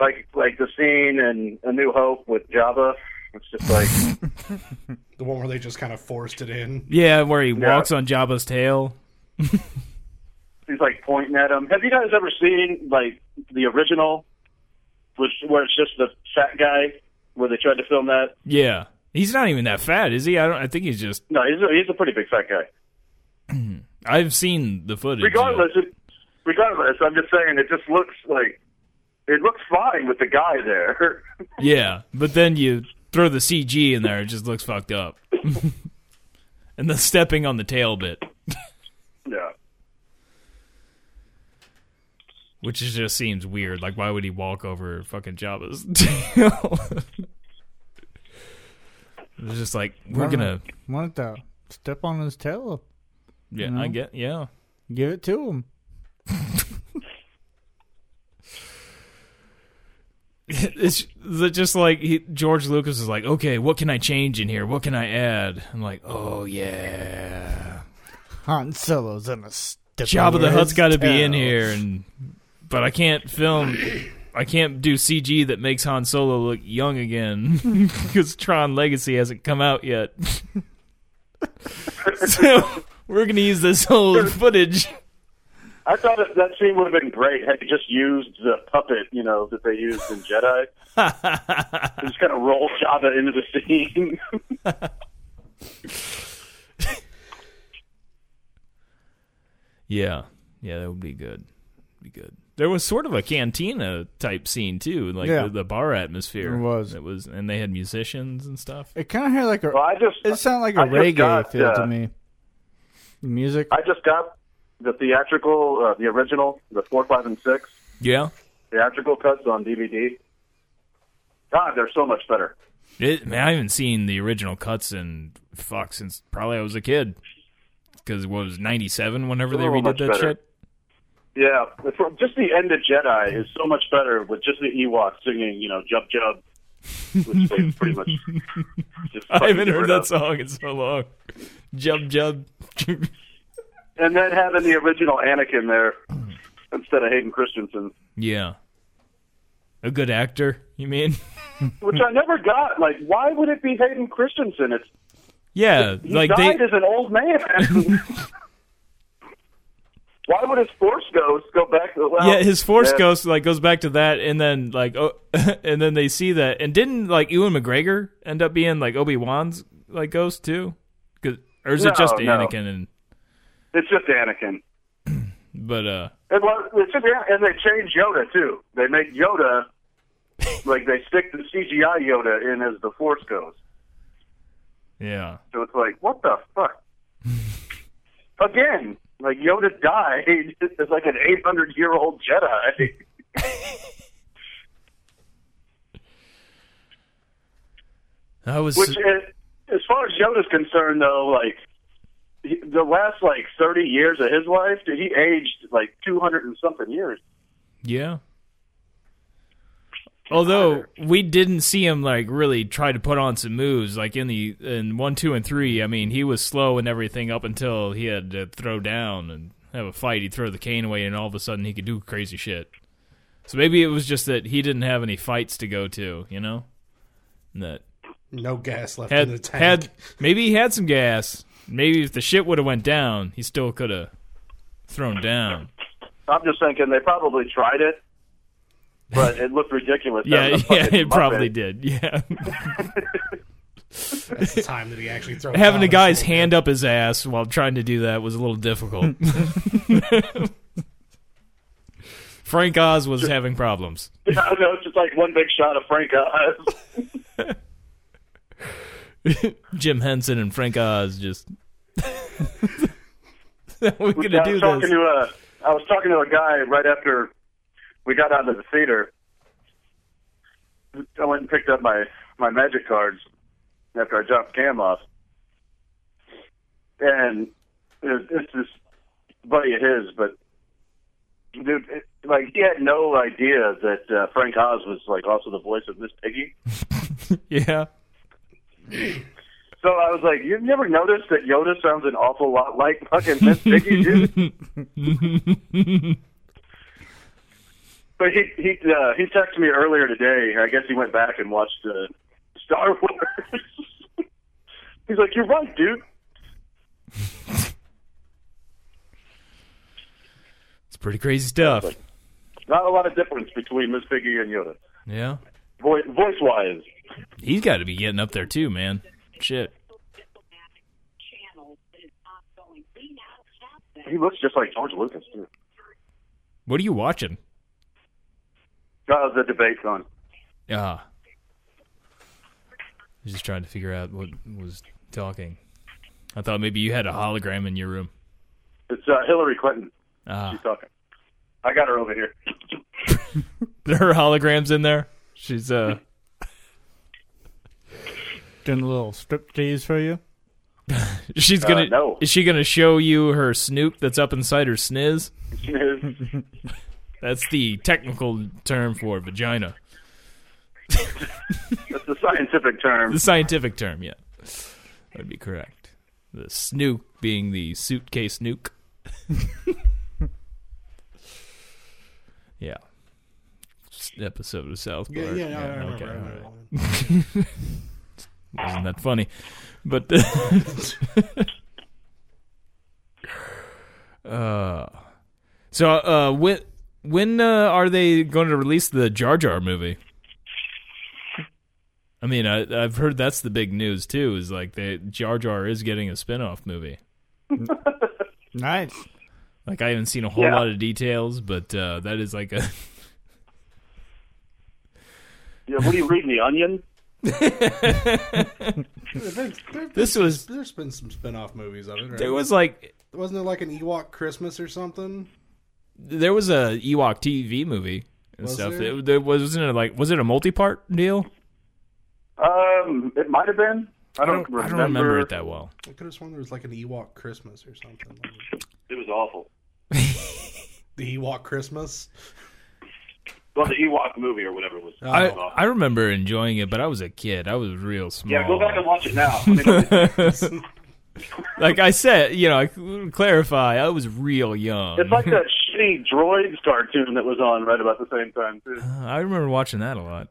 S3: like like the scene in A New Hope with Jabba. It's just like
S4: The... one where they just kind of forced it in.
S2: Yeah, where he
S3: Yeah.
S2: walks on Jabba's tail.
S3: he's like pointing at him. Have you guys ever seen like the original, which where it's just the fat guy where they tried to film that?
S2: Yeah. He's not even that fat, is he? I don't I think he's just
S3: No, he's a, he's a pretty big fat guy.
S2: I've seen the footage.
S3: Regardless, it, regardless, I'm just saying it just looks like it looks fine with the guy there.
S2: Yeah, but then you throw the CG in there, it just looks fucked up. and the stepping on the tail bit,
S3: yeah.
S2: which is- just seems weird. Like, why would he walk over fucking Jabba's tail? it's just like we're gonna.
S5: want to step on his tail.
S2: Yeah,
S5: No.
S2: I get. Yeah,
S5: Give it to him.
S2: it's it's just like he, George Lucas is like, okay, what can I change in here? What can I add? I'm like, oh yeah,
S5: Han Solo's in a step.
S2: Jabba
S5: over
S2: the Hutt's
S5: his
S2: got to be in
S5: tail.
S2: here, and but I can't film. I can't do CG that makes Han Solo look young again because Tron Legacy hasn't come out yet. so we're gonna use this old footage.
S3: I thought that, that scene would have been great had they just used the puppet, you know, that they used in Jedi. And just kind of roll Jabba into the scene.
S2: Yeah, yeah, that would be good. Be good. There was sort of a cantina type scene too, like
S5: Yeah.
S2: the, the bar atmosphere.
S5: There was.
S2: It was, and they had musicians and stuff.
S5: It kind of had like a.
S3: well, I just,
S5: It sounded like a
S3: I just
S5: reggae
S3: got,
S5: feel
S3: uh,
S5: to me. The music.
S3: I just got the theatrical, uh, the original, the four, five, and six
S2: Yeah,
S3: theatrical cuts on DVD. God, they're so much better.
S2: It, man, I haven't seen the original cuts in fuck since probably I was a kid. Because what was ninety seven? Whenever they
S3: Oh,
S2: redid
S3: much
S2: that
S3: better.
S2: shit.
S3: Yeah, the- from- just the end of Jedi is so much better with just the Ewoks singing, you know, "Jub Jub," which they pretty much. Just
S2: I
S3: fucking
S2: haven't
S3: get
S2: heard
S3: rid
S2: that
S3: of.
S2: song in so long. Jub jub.
S3: And then having the original Anakin there instead of Hayden Christensen,
S2: yeah, a good actor. You mean?
S3: which I never got. Like, why would it be Hayden Christensen? It's
S2: Yeah,
S3: he
S2: like
S3: died
S2: they.
S3: as an old man. Why would his force ghost go back to the well?
S2: yeah, his force
S3: Yeah.
S2: ghost like goes back to that, and then like oh, and then they see that, and didn't like Ewan McGregor end up being like Obi Wan's like ghost too? 'Cause- or is it
S3: No,
S2: just
S3: no.
S2: Anakin? And
S3: It's just Anakin.
S2: but uh,
S3: And, well, it's just, An- and they change Yoda too. They make Yoda like they stick the CGI Yoda in as the force ghost.
S2: yeah,
S3: So it's like, what the fuck? Again, like Yoda died as like an 800 year old Jedi.
S2: I was
S3: Which, uh, as far as Yoda's concerned, though, like he- the last like 30 years of his life, dude, he aged like 200 and something years.
S2: yeah. Although we didn't see him like really try to put on some moves like in the in one, two, and three. I mean, he was slow and everything up until he had to throw down and have a fight. He'd throw the cane away, and all of a sudden he could do crazy shit. So maybe it was just that he didn't have any fights to go to, you know. And that
S4: No gas left in the
S2: had
S4: tank.
S2: had maybe he had some gas. Maybe if the shit would have went down, he still could have thrown down.
S3: I'm just thinking they probably tried it, but it looked ridiculous.
S2: Yeah,
S3: That was a
S2: yeah,
S3: fucking
S2: it probably
S3: Muppet.
S2: did. Yeah,
S4: That's the time that he actually throws.
S3: Oh,
S2: having a
S4: down
S2: guy's
S4: his-
S2: hand up his ass while trying to do that was a little difficult. Frank Oz was having problems.
S3: I know, it's just like one big shot of Frank Oz.
S2: Jim Henson and Frank Oz just. We're
S3: I
S2: gonna
S3: was
S2: do
S3: talking
S2: this.
S3: To a, I was talking to a guy right after we got out of the theater. I went and picked up my my magic cards after I dropped Cam off, and it, it's this buddy of his, but dude, it, like he had no idea that uh, Frank Oz was like also the voice of Miss Piggy.
S2: Yeah,
S3: So I was like, you've never noticed that Yoda sounds an awful lot like fucking Miss Piggy, dude? but he he uh, he texted me earlier today. I guess he went back and watched uh, Star Wars. He's like, you're right, dude.
S2: it's pretty crazy stuff.
S3: Not a lot of difference between Miss Piggy and Yoda,
S2: Yeah.
S3: voice voice wise.
S2: He's got to be getting up there too, man. Shit.
S3: He looks just like George Lucas too.
S2: What are you watching?
S3: Uh, the debate's on.
S2: Ah. I was just trying to figure out what was talking. I thought maybe you had a hologram in your room.
S3: It's uh, Hillary Clinton.
S2: Ah.
S3: She's talking. I got her over here.
S2: There are holograms in there. She's uh
S5: Doing a little strip tease for you.
S2: she's gonna
S3: no.
S2: is she gonna show you her snoop that's up inside her sniz? That's the technical term for vagina.
S3: That's the scientific term.
S2: The scientific term, yeah. That'd be correct. The snook being the suitcase nuke. yeah. S- Episode of South Park.
S4: Yeah, yeah, yeah, I remember,
S2: okay,
S4: I
S2: all
S4: remember.
S2: right. Wasn't that funny? But uh, so uh, when when uh, are they going to release the Jar Jar movie? I mean, I, I've heard that's the big news too. Is like they Jar Jar is getting a spin-off movie.
S5: Nice.
S2: Like I haven't seen a whole
S3: Yeah.
S2: lot of details, but uh, that is like a
S3: Yeah, what are you reading, The Onion?
S2: this was
S4: There's been some spin-off movies of it. Right?
S2: there was like
S4: Wasn't there like an Ewok Christmas or something?
S2: there was a Ewok TV movie and
S4: Was
S2: stuff.
S4: there?
S2: It, there wasn't it like was it a multi-part deal?
S3: Um, it might have been. I don't, remember.
S2: I don't remember it that well.
S4: I could have sworn there was like an Ewok Christmas or something.
S3: It was awful.
S4: The Ewok Christmas.
S3: Well, the Ewok movie or whatever it was.
S2: I,
S4: Oh.
S2: I remember enjoying it, but I was a kid. I was real small.
S3: yeah, go back and watch it now. I mean,
S2: like I said, you know, I- clarify. I was real young.
S3: it's like that shitty droids cartoon that was on right about the same time too.
S2: I remember watching that a lot.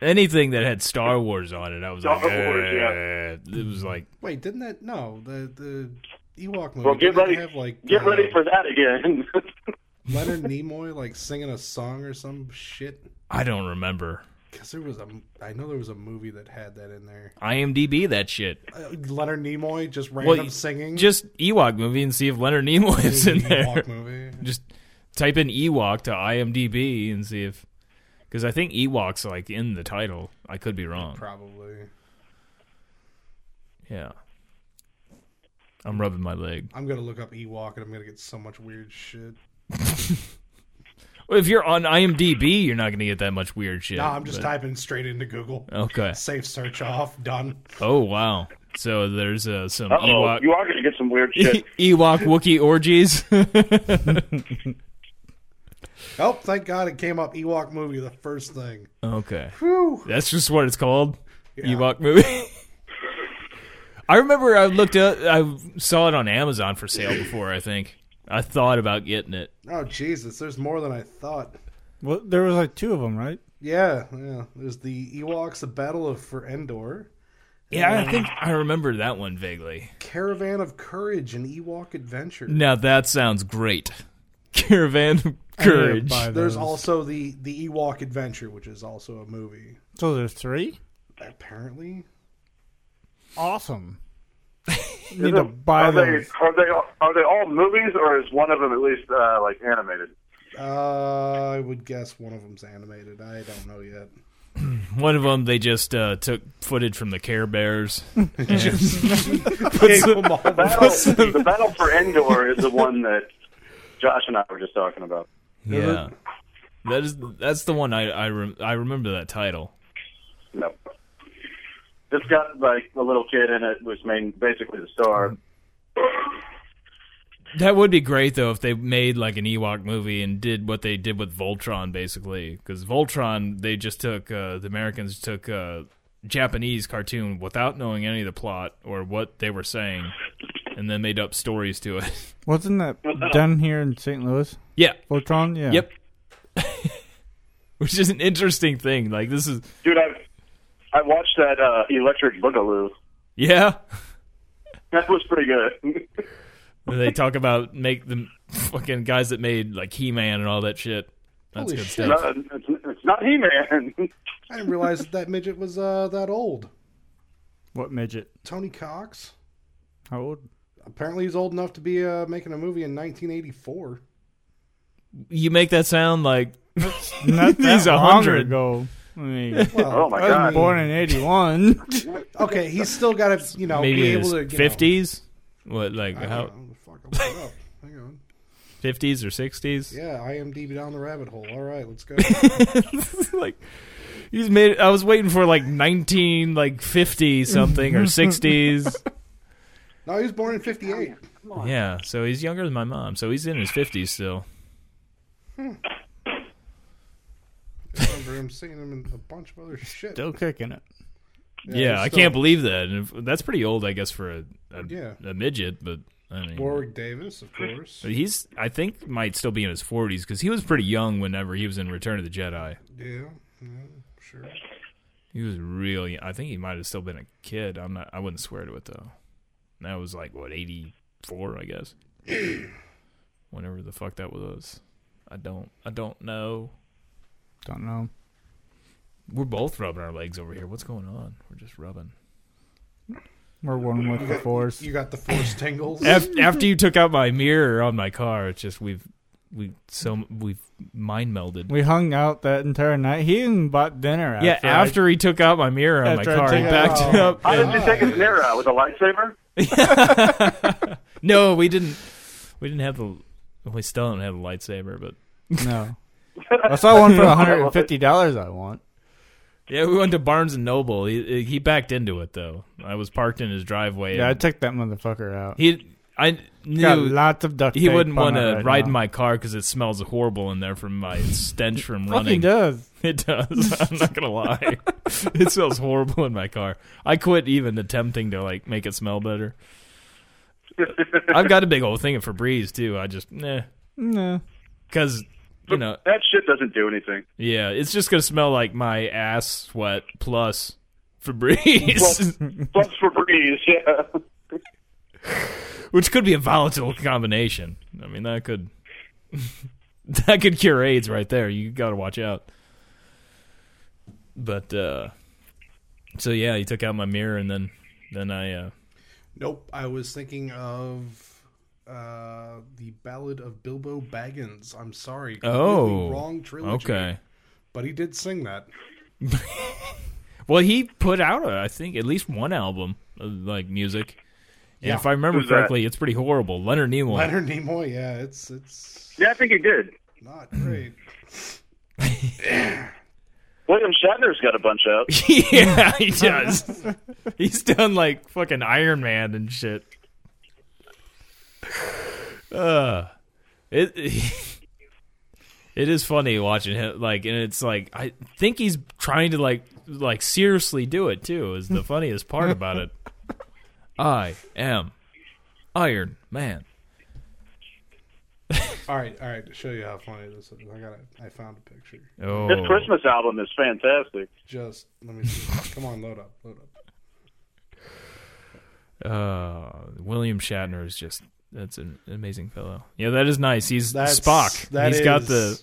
S2: Anything that had Star Wars on it, I was
S3: Star
S2: like,
S3: Wars,
S2: "Eh." it was like,
S4: Wait, didn't that? No, the the Ewok movie.
S3: Well, get
S4: didn't they
S3: ready-
S4: Have, like,
S3: Get
S4: uh,
S3: ready for that again.
S4: Leonard Nimoy like singing a song or some shit.
S2: I don't remember.
S4: Because there was a, I know there was a movie that had that in there.
S2: IMDb that shit.
S4: Uh, Leonard Nimoy just
S2: Well,
S4: random singing.
S2: Just Ewok movie and see if Leonard Nimoy is in there.
S4: Ewok movie.
S2: Just type in Ewok to IMDb and see if, because I think Ewok's like in the title. I could be wrong.
S4: Probably.
S2: Yeah. I'm rubbing my leg.
S4: I'm gonna look up Ewok and I'm gonna get so much weird shit.
S2: Well, if you're on IMDb, you're not going to get that much weird shit.
S4: No, I'm just
S2: but- Oh.
S4: typing straight into Google.
S2: Okay.
S4: Safe search off. Done.
S2: Oh, wow. So there's uh, some
S3: Uh oh,
S2: Ewok.
S3: you are going to get some weird shit.
S2: Ewok Wookiee orgies.
S4: Oh, thank God it came up. Ewok movie, the first thing.
S2: okay.
S4: Whew.
S2: That's just what it's called. Ewok movie. I remember I looked up, I saw it on Amazon for sale before, I think. I thought about getting it.
S4: Oh Jesus, there's more than I thought.
S5: Well, there was like two of them, right?
S4: Yeah, yeah. There's the Ewoks, the Battle of for Endor,
S2: Yeah, I think I remember that one vaguely.
S4: Caravan of Courage, and Ewok Adventure.
S2: Now that sounds great. Caravan of
S5: I need to
S2: Courage.
S5: buy
S4: There's
S5: those.
S4: also the the Ewok Adventure, which is also a movie.
S5: so there's three.
S4: Apparently,
S5: Awesome. You
S3: Is
S5: need to
S3: it-
S5: buy
S3: are they
S5: those.
S3: are they all- are they all movies or is one of them at least uh, like animated?
S4: uh, I would guess one of them's animated. I don't know yet.
S2: One of them, they just uh, took footage from the Care Bears.
S4: Gave 'em all the-
S3: Battle, the battle for Endor is the one that Josh and I were just talking about.
S2: Yeah, that is that's the one I I, rem- I remember that title.
S3: No. This got like a little kid in it, was main basically the star.
S2: That would be great though if they made like an Ewok movie and did what they did with Voltron basically, because Voltron they just took uh, the Americans took a Japanese cartoon without knowing any of the plot or what they were saying, and then made up stories to it.
S5: Wasn't that done here in St. Louis?
S2: yeah.
S5: Voltron. Yeah.
S2: Yep. Which is an interesting thing. Like this is
S3: Dude, I I watched that uh, Electric Boogaloo.
S2: yeah.
S3: That was pretty good.
S2: Where they talk about make the fucking guys that made like He Man and all that shit. That's
S4: Holy
S2: good
S4: shit.
S2: stuff.
S3: No, it's, it's not He Man.
S4: I didn't realize that, that midget was uh, that old.
S5: What midget?
S4: Tony Cox.
S5: How old?
S4: Apparently, he's old enough to be uh, making a movie in 1984.
S2: You make that sound like
S5: Not that
S2: He's a
S5: long
S2: hundred.
S5: ago. I mean,
S3: Oh my
S5: I was
S3: god.
S5: born in '81.
S4: Uh, Okay, he's still got to, you know,
S2: maybe
S4: be
S2: in
S4: able
S2: his
S4: to. you know,
S2: fifties. What like
S4: I
S2: how
S4: don't know. Fuck, I'll look it up. Hang on.
S2: fifties or sixties?
S4: Yeah, IMDb down the rabbit hole. All right, let's go.
S2: like he's made. I was waiting for like nineteen like fifty something or sixties.
S4: no, he was born in 58.
S2: yeah, so he's younger than my mom. So he's in his fifties still.
S4: I remember him seeing him in a bunch of other shit.
S5: Still kicking it.
S2: Yeah,
S4: he's
S2: I
S4: still-
S2: can't believe that. And if- that's pretty old, I guess, for a a,
S4: Yeah.
S2: a midget. But I mean,
S4: Warwick Davis, of course.
S2: But He's, I think, might still be in his forties because he was pretty young whenever he was in Return of the Jedi.
S4: Yeah, yeah, sure.
S2: He was real. young. I think he might have still been a kid. I'm not. I wouldn't swear to it though. And that was like what eighty four, I guess. whenever the fuck that was, I don't. I don't know.
S5: Don't know.
S2: We're both rubbing our legs over here. What's going on? We're just rubbing.
S5: We're one with the force.
S4: You got the force tingles.
S2: Af- After you took out my mirror on my car, it's just we've we so we've mind melded.
S5: We hung out that entire night. He even bought dinner. After
S2: yeah,
S5: I-
S2: after he took out my mirror on my
S5: After I
S2: car, he
S5: took
S2: backed
S4: out-
S2: it up.
S3: How did you take his mirror out with a lightsaber?
S2: No, we didn't. We didn't have the. We still don't have the lightsaber, but
S5: no. I saw one for one hundred and fifty dollars. I want.
S2: yeah, we went to Barnes and Noble. He he backed into it though. I was parked in his driveway.
S5: Yeah, I
S2: and
S5: took that motherfucker out.
S2: he I
S5: got
S2: knew
S5: lots of duct
S2: he
S5: tape
S2: wouldn't
S5: on
S2: want
S5: it
S2: to
S5: right
S2: ride
S5: now.
S2: in my car because it smells horrible in there from my stench from
S5: Fucking
S2: running.
S5: does.
S2: It does. I'm not gonna lie. it smells horrible in my car. I quit even attempting to like make it smell better. I've got a big old thing of Febreze too. I just nah,
S5: No.
S2: because you know
S3: That shit doesn't do anything.
S2: Yeah, it's just gonna smell like my ass sweat plus Febreze.
S3: Plus, plus for breeze, yeah.
S2: which could be a volatile combination. I mean, that could that could cure AIDS right there. You got to watch out. But uh, so yeah, he took out my mirror, and then then I uh,
S4: Nope, I was thinking of uh, the Ballad of Bilbo Baggins. I'm sorry, completely
S2: Oh,
S4: wrong trilogy.
S2: okay.
S4: but he did sing that.
S2: Well, he put out uh, I think at least one album of, like music. And
S4: Yeah.
S2: if I remember
S3: Who's that?
S2: correctly, it's pretty horrible. Leonard Nimoy.
S4: Leonard Nimoy, yeah, it's it's
S3: Yeah, I think he did.
S4: not great.
S3: William Shatner's got a bunch out.
S2: yeah, he does. He's done like fucking Iron Man and shit. Uh, it it is funny watching him like, and it's like I think he's trying to like like seriously do it too. Is the funniest part about it. I am Iron Man.
S4: All right, all right, to show you how funny this is, I got I found a picture.
S2: Oh,
S3: This Christmas album is fantastic.
S4: Just let me see. come on, load up, load up.
S2: uh, William Shatner is just that's an amazing fellow. Yeah, that is nice. He's
S4: That's
S2: Spock.
S4: That
S2: He's got
S4: is-
S2: the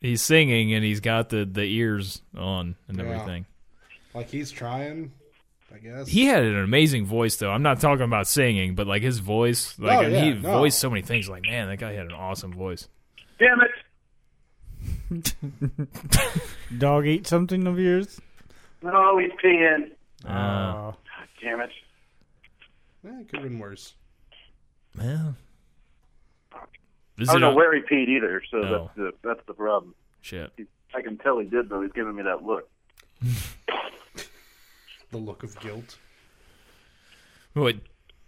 S2: he's singing and he's got the the ears on and
S4: Yeah.
S2: everything.
S4: like he's trying, I guess.
S2: He had an amazing voice though. I'm not talking about singing, but like his voice, like
S4: Oh,
S2: and
S4: yeah,
S2: he
S4: no.
S2: voiced so many things. Like man, that guy had an awesome voice.
S3: Damn it.
S5: Dog eat something of yours?
S3: No, Oh, he's peeing.
S2: Uh,
S5: Oh.
S3: Damn it.
S4: Eh, it could have been worse.
S2: man, is
S3: I don't
S2: it
S3: know
S2: a-
S3: where he peed either, so
S2: No.
S3: that's, the, that's the problem.
S2: shit.
S3: I can tell he did, though. He's giving me that look.
S4: The look of guilt.
S2: Wait,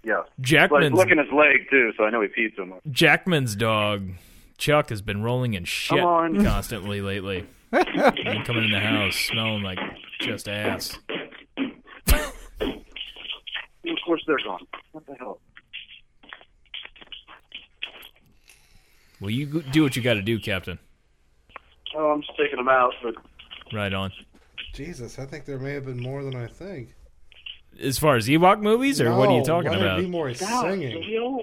S3: Yeah. Like,
S2: Jackman's
S3: look at his leg, too, so I know he peed so much.
S2: Jackman's dog Chuck has been rolling in shit
S3: Come on.
S2: constantly lately. Been coming in the house smelling like just ass.
S3: Of course, they're gone. What the hell?
S2: Well, you go- do what you got to do, Captain.
S3: Oh, I'm just taking him out, but
S2: Right on.
S4: Jesus, I think there may have been more than I think.
S2: As far as Ewok movies, or what are you
S4: No,
S2: talking
S4: Leonard
S2: about?
S4: Nimoy is
S3: God,
S4: singing.
S3: Leo.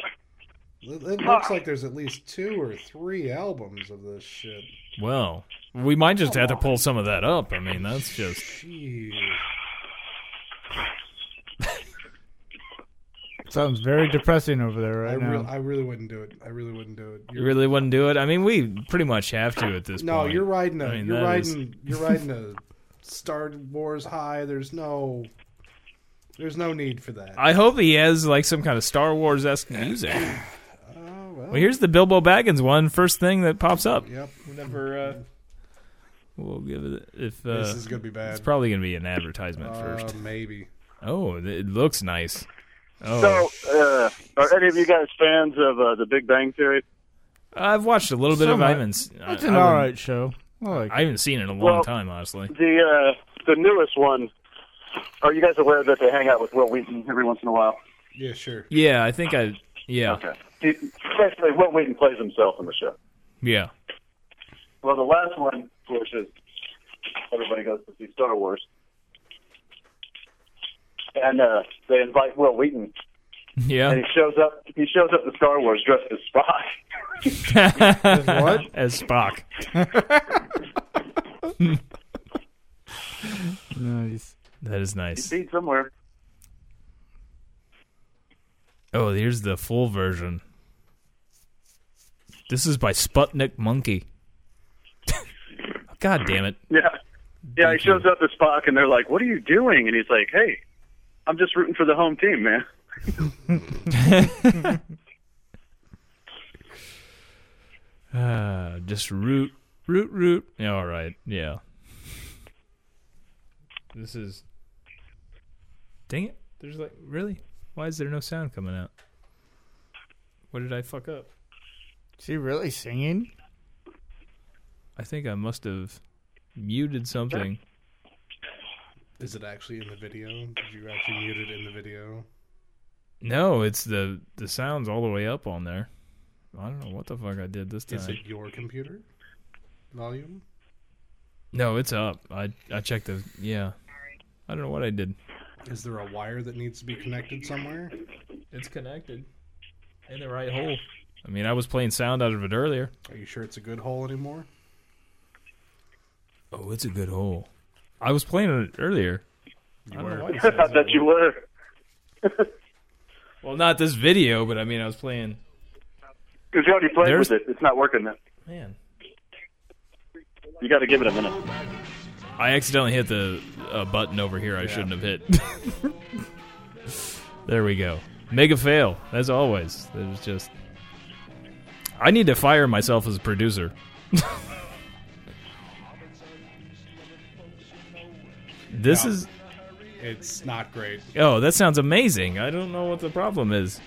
S4: It, it looks like there's at least two or three albums of this shit.
S2: Well, we might just have to pull some of that up. I mean, that's just
S4: Jeez.
S5: Sounds very depressing over there
S4: I,
S5: right
S4: re-
S5: now.
S4: I really wouldn't do it. I really wouldn't do it.
S2: you really wouldn't do it. I mean, we pretty much have to at this
S4: no,
S2: point.
S4: you're riding a
S2: I mean,
S4: you're
S2: that is-
S4: riding you're riding a Star Wars high. There's no there's no need for that.
S2: I hope he has like some kind of Star Wars esque music.
S4: oh well.
S2: Well, here's the Bilbo Baggins one. First thing that pops up.
S4: Yep.
S2: For, uh, we'll give it if uh,
S4: this is gonna be
S2: It's
S4: bad.
S2: probably going to be an advertisement first.
S4: Uh, maybe.
S2: Oh, th- it looks nice. Oh,
S3: So, uh, are any of you guys fans of uh, The Big Bang Theory?
S2: I've watched a little bit of.
S5: Somewhat.
S2: I haven't. I,
S5: It's an
S2: I,
S5: alright show. I like
S2: I haven't seen it in a long
S3: Well-
S2: time, honestly.
S3: The uh, the newest one. Are you guys aware that they hang out with Will Wheaton every once in a while?
S4: Yeah, sure.
S2: Yeah, I think I. Yeah,
S3: Okay. He, basically, Will Wheaton plays himself in the show.
S2: yeah.
S3: Well, the last one, of course, is everybody goes to see Star Wars, and uh, they invite Will Wheaton, and
S2: Yeah.
S3: he shows up. He shows up to Star Wars dressed as Spock.
S5: what?
S2: As Spock.
S5: Nice.
S2: That is
S3: He's
S2: nice.
S3: seen somewhere.
S2: Oh, here's the full version. This is by Sputnik Monkey. God damn it.
S3: Yeah, yeah. He shows up as Spock, and they're like, "What are you doing?" And he's like, "Hey, I'm just rooting for the home team, man."
S2: Uh, just root, root, root. Yeah, All right, yeah. This is. Dang it! There's like really. Why is there no sound coming out? What did I fuck up?
S5: Is he really singing?
S2: I think I must have muted something.
S4: Is it actually in the video? Did you actually mute it in the video?
S2: No, it's the the sounds all the way up on there. I don't know what the fuck I did this
S4: Is
S2: time.
S4: it your computer volume?
S2: No, it's up. I I checked the yeah. I don't know what I did.
S4: Is there a wire that needs to be connected somewhere?
S2: It's connected.
S6: in the right hole.
S2: I mean, I was playing sound out of it earlier.
S4: Are you sure it's a good hole anymore?
S2: Oh, it's a good hole. I was playing it earlier.
S4: You
S2: I don't know
S4: were.
S2: why you
S3: that you were.
S2: Well, not this video, but I mean, I was playing.
S3: Because you already played
S2: There's-
S3: with it. It's not working now.
S2: Man,
S3: You got to give it a minute.
S2: I accidentally hit the uh, button over here. I shouldn't have hit. there we go. Mega fail, as always. There's just. I need to fire myself as a producer. this
S4: Yeah.
S2: is.
S4: It's not great.
S2: Oh, that sounds amazing. I don't know what the problem is.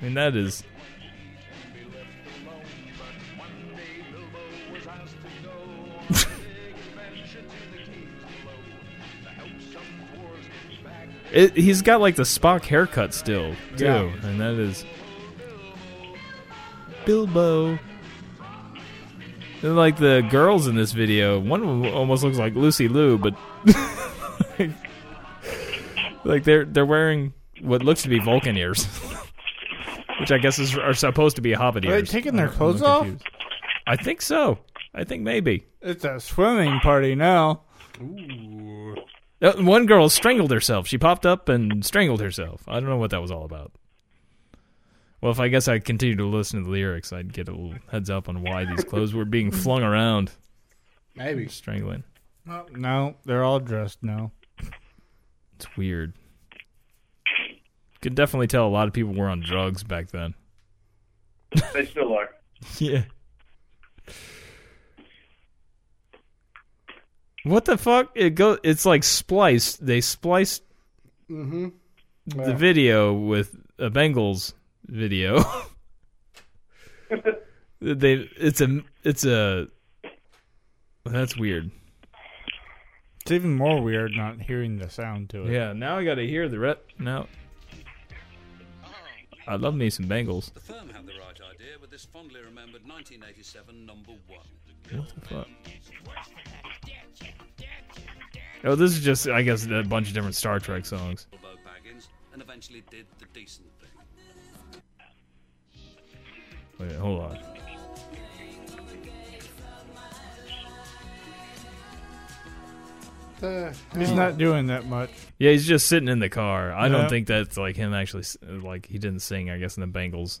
S2: I mean, that is. It, he's got like the Spock haircut still, too,
S4: Yeah.
S2: and that is Bilbo. And like the girls in this video, one of them almost looks like Lucy Liu, but like they're they're wearing what looks to be Vulcan ears, which I guess is are supposed to be Hobbit
S5: Are they
S2: ears.
S5: taking their
S2: I'm- I'm
S5: clothes off?
S2: confused. I think so. I think maybe.
S5: It's a swimming party now.
S4: Ooh.
S2: Uh, One girl strangled herself. She popped up and strangled herself. I don't know what that was all about. Well, if I guess I continued to listen to the lyrics, I'd get a little heads up on why these clothes were being flung around,
S4: Maybe.
S2: strangling.
S5: Oh, No, they're all dressed now.
S2: It's weird. Could definitely tell a lot of people were on drugs back then.
S3: They still are.
S2: Yeah. What the fuck? It go. It's like spliced. They spliced
S4: Mm-hmm.
S2: the video with a Bengals video. they. It's a. It's a. That's weird.
S5: It's even more weird not hearing the sound to it.
S2: Yeah. Now I gotta hear the rep. Now. I love me some Bengals.
S7: The firm had the right idea with this fondly remembered 1987 number one.
S2: What the fuck? Oh, this is just, I guess, a bunch of different Star Trek songs.
S7: Bilbo Baggins and eventually did the decent thing.
S2: Wait, hold on.
S4: The
S5: He's not doing that much.
S2: Yeah, he's just sitting in the car. I
S5: Yeah.
S2: don't think that's like him actually, s- like, he didn't sing, I guess, in the Bengals.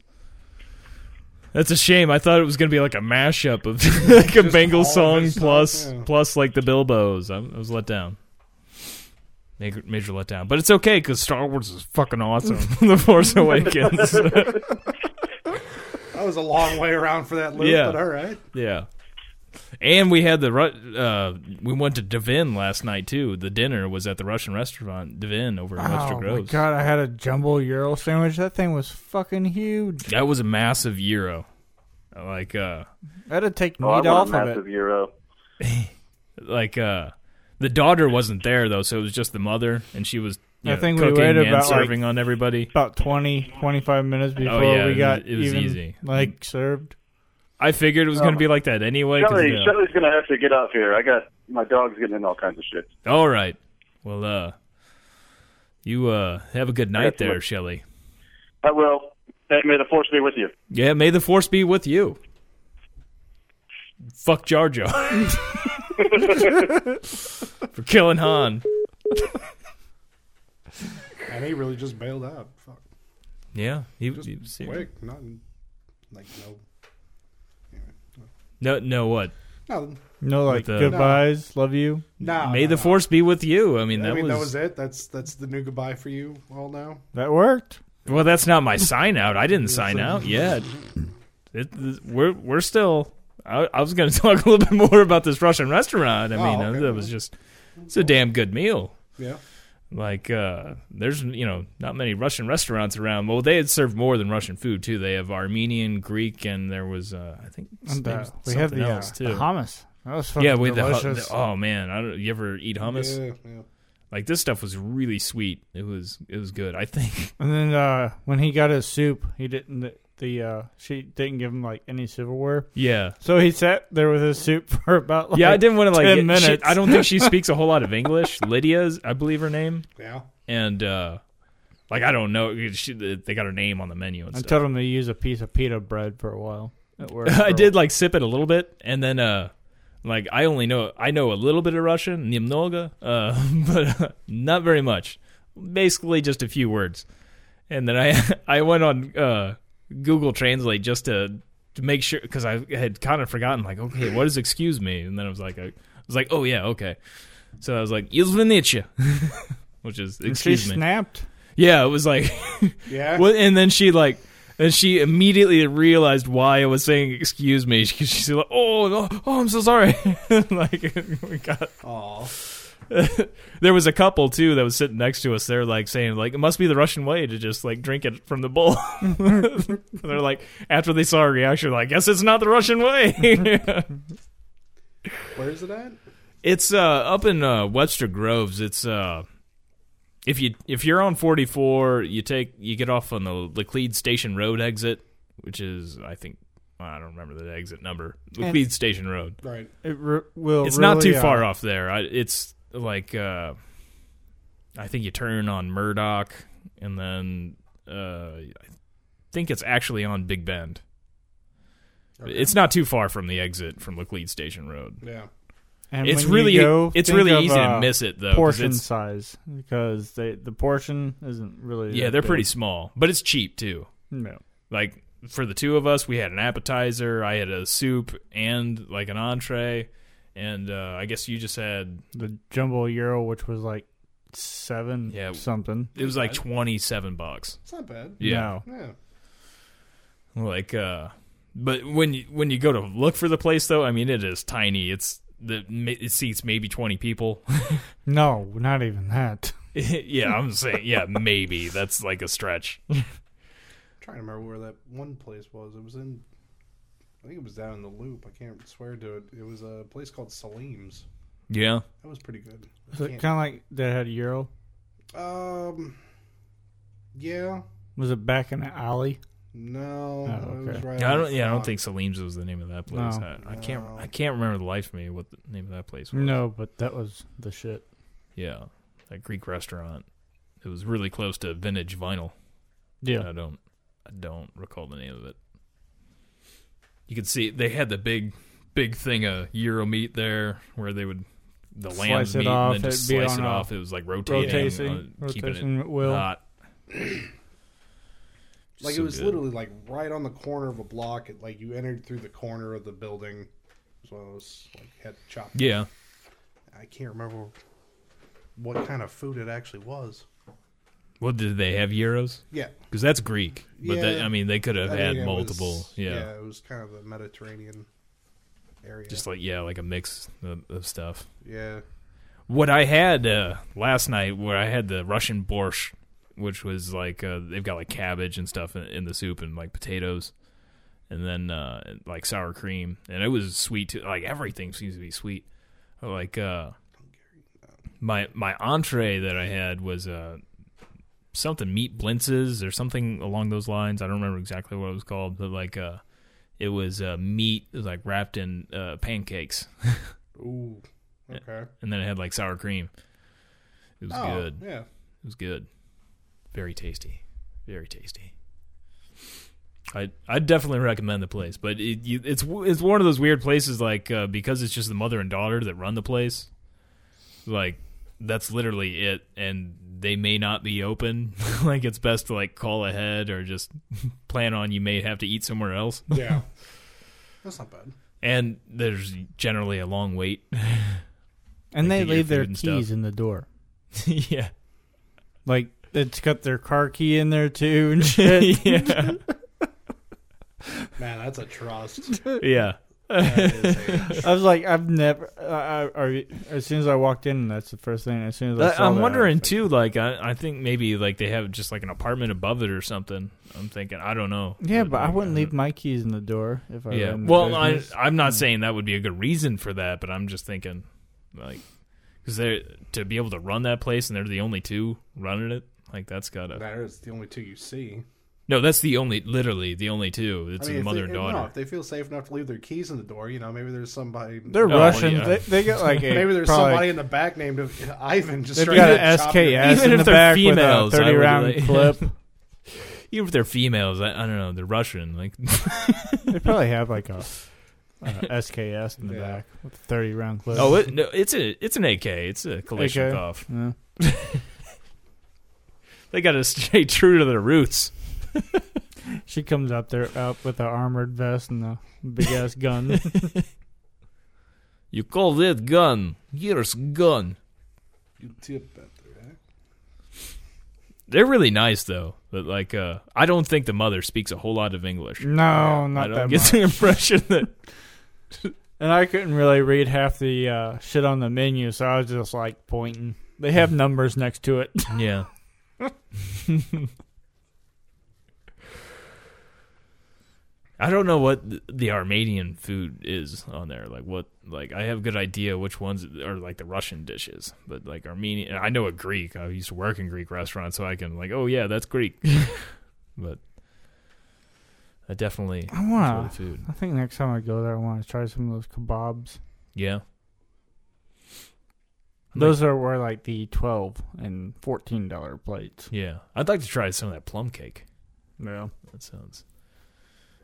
S2: That's a shame. I thought it was going to be like a mashup of like a
S4: Just
S2: Bengal
S4: all of
S2: song
S4: his
S2: plus-
S4: stuff, yeah.
S2: plus, like the Bilbos. I, I was let down. Major, major letdown. But it's okay because Star Wars is fucking awesome. the Force Awakens.
S4: That was a long way around for that loop,
S2: Yeah.
S4: but all right.
S2: Yeah. And we had the Ru- uh we went to Devin last night too. The dinner was at the Russian restaurant Devin over in Webster
S5: oh
S2: Groves.
S5: my god, I had a jumbo euro sandwich. That thing was fucking huge.
S2: That was a massive euro. Like uh
S5: That'd take meat
S3: Oh, I want
S5: off
S3: a
S5: of
S3: massive
S5: it.
S3: euro.
S2: like uh the daughter wasn't there though, so it was just the mother and she was you
S5: I
S2: know,
S5: think we
S2: cooking
S5: waited
S2: and
S5: about, like,
S2: serving on everybody.
S5: About 20, 25 minutes before
S2: Oh, yeah,
S5: we
S2: it
S5: got
S2: was- it was
S5: even,
S2: easy.
S5: like served.
S2: I figured it
S5: Oh,
S2: was going to be like that anyway. 'cause,
S3: Shelly,
S2: uh,
S3: Shelly's gonna have to get up here. I got my dog's getting in all kinds of shit.
S2: All right. Well, uh you uh have a good night there, Shelly.
S3: I will. Hey, may the force be with you.
S2: Yeah, may the force be with you. Fuck Jar Jar. For killing Han.
S4: And he really just bailed out. Fuck.
S2: Yeah, he,
S4: Just
S2: he was serious.
S4: Quick. Not like no.
S2: No, no, what?
S4: No.
S5: No,
S2: With
S5: like
S2: the-
S5: goodbyes, love you.
S4: No.
S2: May
S4: no,
S2: the
S4: no.
S2: force be with you. I mean,
S4: Uh, I
S2: that,
S4: mean,
S2: was,
S4: that was it. That's that's the new goodbye for you all now.
S5: That worked.
S2: Well, that's not my sign out. I didn't sign out yet. It, it- we're we're still. I, I was going to talk a little bit more about this Russian restaurant. I
S4: Oh,
S2: mean,
S4: okay.
S2: that was just. It's a damn good meal.
S4: Yeah.
S2: like uh there's you know not many russian restaurants around well they had served more than russian food too they have armenian greek and there was uh i think
S5: And,
S2: there
S5: uh,
S2: was
S5: we have
S2: something
S5: the, uh,
S2: else
S5: the
S2: too
S5: hummus. That was fucking
S2: yeah we the, hu-
S5: delicious.
S2: the oh man i don't you ever eat hummus
S4: Yeah, yeah.
S2: like this stuff was really sweet it was it was good i think
S5: And then uh, when he got his soup, he didn't. The, the uh, she didn't give him like any silverware,
S2: yeah
S5: so he sat there with his soup for about. Like,
S2: yeah i didn't want to like
S5: 10
S2: get- she-
S5: minutes.
S2: i don't think she speaks a whole lot of english lydia's i believe her name
S4: Yeah.
S2: and uh Like I don't know, she, they got her name on the menu and
S5: I
S2: stuff.
S5: told him to use a piece of pita bread for a while at work.
S2: I
S5: for-
S2: did like sip it a little bit, and then uh, like I only know I know a little bit of Russian, немного, uh, but uh, not very much. Basically, just a few words, and then I I went on uh, Google Translate just to, to make sure because I had kind of forgotten like okay what is excuse me, and then I was like I, was like oh yeah okay, so I was like извините, which is
S5: and
S2: excuse
S5: she
S2: me,
S5: snapped.
S2: yeah, it was like.
S4: Yeah.
S2: Well, and then she like, and she immediately realized why I was saying "excuse me" because she's like, "Oh, oh, oh, I'm so sorry." like we got
S4: Aw.
S2: there was a couple too that was sitting next to us. They're like saying like it must be the Russian way to just like drink it from the bowl. They're like after they saw our reaction, they're like guess it's not the Russian way.
S4: Where is it at?
S2: It's uh, up in uh, Webster Groves. It's uh, if you if you're on 44, you take you get off on the Laclede Station Road exit, which is I think well, I don't remember the exit number. Laclede Station Road.
S4: Right.
S5: It re- will.
S2: It's not too
S5: really, uh,
S2: far off there. I, it's like uh, I think you turn on Murdoch, and then uh, I think it's actually on Big Bend.
S4: Okay.
S2: It's not too far from the exit from Laclede Station Road.
S4: Yeah.
S5: And
S2: It's
S5: when you
S2: really
S5: go,
S2: it's
S5: think
S2: really
S5: of,
S2: easy to
S5: uh,
S2: miss it though. 'cause
S5: Portion
S2: it's-
S5: size because they the portion isn't really.
S2: Yeah,
S5: that
S2: they're
S5: big.
S2: pretty small, but it's cheap too.
S5: No.
S2: Like for the two of us, we had an appetizer, I had a soup and like an entree, and uh, I guess you just had
S5: the jumbo euro, which was like seven
S2: Yeah.
S5: something.
S2: it was like twenty seven bucks.
S4: It's not bad.
S2: Yeah,
S5: No.
S4: Yeah.
S2: like uh, but when you when you go to look for the place though, I mean it is tiny. It's the it seats maybe twenty people.
S5: No, not even that.
S2: yeah, I'm saying yeah maybe that's like a stretch.
S4: trying to remember where that one place was. It was in, I think it was down in the loop. I can't swear to it. It was a place called Salim's.
S2: Yeah,
S4: That was pretty good. I
S5: Is it
S4: can't-
S5: kind of like they had euro?
S4: um, yeah,
S5: Was it back in the alley?
S4: no,
S5: Oh,
S4: it was
S5: okay.
S4: right
S2: I
S4: on
S2: don't.
S4: the
S2: Yeah, I don't
S4: dock.
S2: think Salim's was the name of that place.
S5: No.
S2: I, I can't.
S4: No.
S2: I can't remember the life of me what the name of that place was.
S5: No, but that was the shit.
S2: Yeah, that Greek restaurant. It was really close to vintage vinyl.
S5: Yeah.
S2: I don't. I don't recall the name of it. You could see they had the big, big thing of Euro meat there, where they would the lamb
S5: Slice it
S2: meat
S5: off,
S2: and then just
S5: it'd be
S2: slice it
S5: on a
S2: off. It was like rotating,
S5: Rotation,
S2: uh, keeping
S5: rotation
S2: it
S5: at will.
S2: hot.
S4: Like
S2: So
S4: it was
S2: good.
S4: literally like right on the corner of a block. It, like you entered through the corner of the building. So it was like had chopped.
S2: Yeah,
S4: I can't remember what kind of food it actually was.
S2: well, did they have euros?
S4: Yeah,
S2: Because that's Greek, but that,
S4: Yeah.
S2: I mean, they could have
S4: I
S2: had
S4: mean, it
S2: multiple.
S4: was- yeah, it was kind of a Mediterranean area.
S2: just like yeah, like a mix of, of stuff.
S4: yeah,
S2: What I had uh, last night, where I had the Russian borscht, which was like uh, they've got like cabbage and stuff in, in the soup and like potatoes, and then uh, like sour cream, and it was sweet too. Like everything seems to be sweet. Like uh, my my entree that I had was uh, something meat blintzes or something along those lines. I don't remember exactly what it was called, but like uh, it was uh, meat, it was like wrapped in uh, pancakes
S4: Ooh. Okay.
S2: and then it had like sour cream. It was
S4: oh,
S2: good.
S4: Yeah.
S2: It was good. Very tasty. Very tasty. I I definitely recommend the place, but it, you, it's w- it's one of those weird places like uh, because it's just the mother and daughter that run the place. Like that's literally it, and they may not be open. like it's best to like call ahead or just plan on you may have to eat somewhere else.
S4: Yeah. That's not bad.
S2: And there's generally a long wait.
S5: And
S2: Like,
S5: they
S2: get your
S5: leave their
S2: food and stuff.
S5: keys in the door.
S2: yeah.
S5: Like it's got their car key in there too and shit.
S2: yeah.
S4: Man, that's a trust.
S2: Yeah.
S4: That is a-
S5: I was like, I've never. I, I, I, as soon as I walked in, that's the first thing. As soon as I
S2: I,
S5: saw
S2: I'm
S5: that, I
S2: wondering
S5: was like,
S2: too. Like, I, I think maybe like they have just like an apartment above it or something. I'm thinking. I don't know.
S5: Yeah, but I
S2: like,
S5: wouldn't
S2: uh,
S5: leave my keys in the door if I.
S2: Yeah.
S5: ran the
S2: Well, I
S5: business. Hmm.
S2: I'm not saying that would be a good reason for that, but I'm just thinking, like, because they to be able to run that place and they're the only two running it. Like that's gotta.
S4: that is the only two you see.
S2: No, that's the only, literally the only two. It's
S4: I mean,
S2: the
S4: if
S2: mother
S4: they,
S2: and
S4: no,
S2: daughter.
S4: if they feel safe enough to leave their keys in the door, you know, maybe there's somebody.
S5: They're
S2: well,
S5: Russians.
S2: yeah.
S5: They, they got like a
S4: maybe there's
S5: probably-
S4: somebody in the back named Ivan. Just
S5: They've
S4: straight
S5: got
S4: up
S5: an
S4: chopping your-
S5: SKS
S2: Even
S5: in
S2: if
S5: the
S2: they're
S5: back
S2: females, I
S5: with a
S2: would
S5: thirty round
S2: like-
S5: clip.
S2: Even if they're females, I, I don't know. They're Russian. Like,
S5: They probably have like a, a SKS in the
S4: Yeah.
S5: back with a thirty round clip.
S2: oh, it, no, it's a, it's an AK. It's a Kalashnikov.
S5: Yeah.
S2: They got to stay true to their roots.
S5: She comes up there up with the armored vest and the big ass gun.
S2: You call that gun? Here's gun.
S4: You tip that there, eh?
S2: They're really nice though. But like, uh, I don't think the mother speaks a whole lot of English.
S5: No,
S2: I
S5: not
S2: don't
S5: that
S2: get
S5: much.
S2: the impression that
S5: And I couldn't really read half the uh, shit on the menu, so I was just like pointing. They have numbers next to it.
S2: Yeah. I don't know what th- the Armenian food is on there. Like what? Like I have a good idea which ones are like the Russian dishes, but like Armenian. I know a Greek. I used to work in Greek restaurants, so I can like, oh yeah, that's Greek. but I definitely
S5: I
S2: enjoy the
S5: want. to
S2: food.
S5: I think next time I go there, I want to try some of those kebabs.
S2: Yeah. Like-
S5: Those are were like the twelve and fourteen dollar plates.
S2: Yeah, I'd like to try some of that plum cake.
S5: Yeah.
S2: That sounds.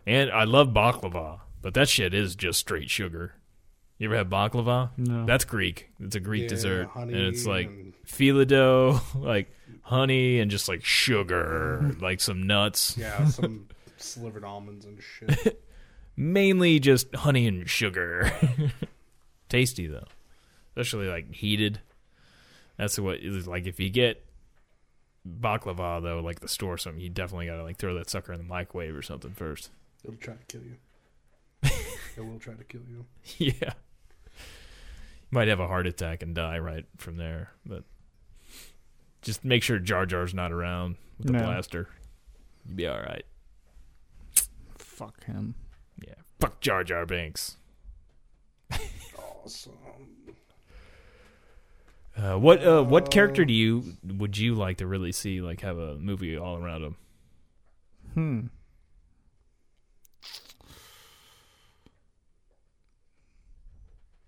S2: And I love baklava, but that shit is just straight sugar. You ever had baklava?
S5: No.
S2: That's Greek. It's a Greek
S4: Yeah,
S2: dessert, and
S4: honey
S2: it's like
S4: and-
S2: fila dough, like honey, and just like sugar, like some nuts.
S4: Yeah, some slivered almonds and shit.
S2: Mainly just honey and sugar. Tasty though, especially like heated. That's what it's like. If you get baklava though, like the store, or something you definitely gotta like throw that sucker in the microwave or something first.
S4: It'll try to kill you. It will try to kill you.
S2: yeah. You might have a heart attack and die right from there, but just make sure Jar Jar's not around with the
S5: No.
S2: blaster. You'll be all right.
S5: Fuck him.
S2: Yeah. Fuck Jar Jar Banks.
S4: Awesome.
S2: Uh, what uh, what character
S5: Oh.
S2: do you would you like to really see like have a movie all around him?
S5: Hmm.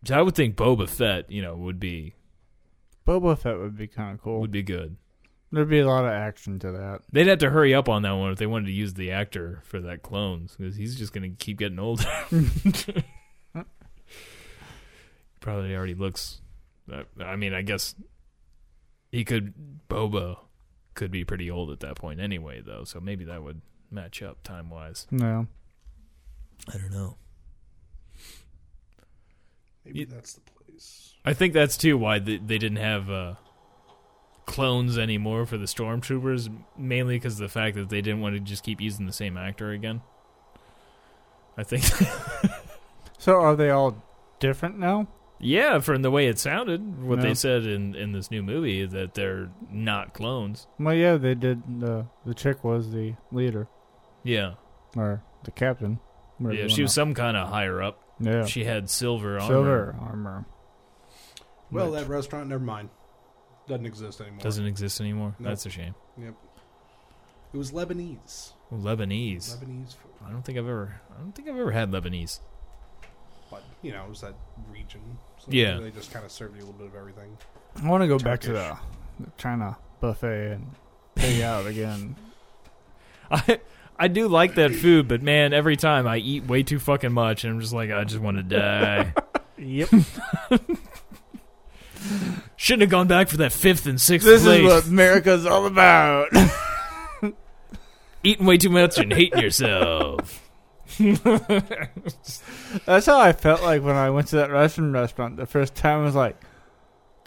S2: So I would think Boba Fett, you know, would be
S5: Boba Fett would be kind of cool.
S2: would be good.
S5: There'd be a lot of action to that.
S2: They'd have to hurry up on that one if they wanted to use the actor for that clones because he's just going to keep getting older. Probably already looks. I- I mean, I guess he could. Boba could be pretty old at that point anyway, though, so maybe that would match up time wise.
S5: No.
S2: I don't know.
S4: Maybe
S2: You-
S4: that's the place.
S2: I think that's too why they, they didn't have uh, clones anymore for the stormtroopers, mainly because of the fact that they didn't want to just keep using the same actor again. I think,
S5: So are they all different now?
S2: yeah, from the way it sounded, what
S5: No.
S2: they said in, in this new movie that they're not clones.
S5: Well, yeah, they did. The the chick was the leader
S2: Yeah,
S5: or the captain. whatever
S2: yeah,
S5: you
S2: she
S5: wanna-
S2: was some kind of higher up.
S5: Yeah.
S2: She had silver armor.
S5: Silver armor.
S4: Well,
S5: Right.
S4: that restaurant, never mind. Doesn't exist anymore.
S2: doesn't exist anymore.
S4: No.
S2: That's a shame.
S4: It was Lebanese.
S2: Lebanese.
S4: Lebanese food.
S2: I don't think I've ever. I don't think I've ever had Lebanese.
S4: But, you know, it was that region. So
S2: Yeah.
S4: They just kind of served you a little bit of everything.
S5: I want to go back to the, the China buffet and pig out again.
S2: I I do like that food, but man, every time I eat way too fucking much, and I'm just like, I just want to die.
S5: Yep.
S2: Shouldn't have gone back for that fifth and sixth
S5: this
S2: place.
S5: is what America's all about.
S2: Eating way too much and hating yourself.
S5: That's how I felt like when I went to that Russian restaurant the first time. I was like,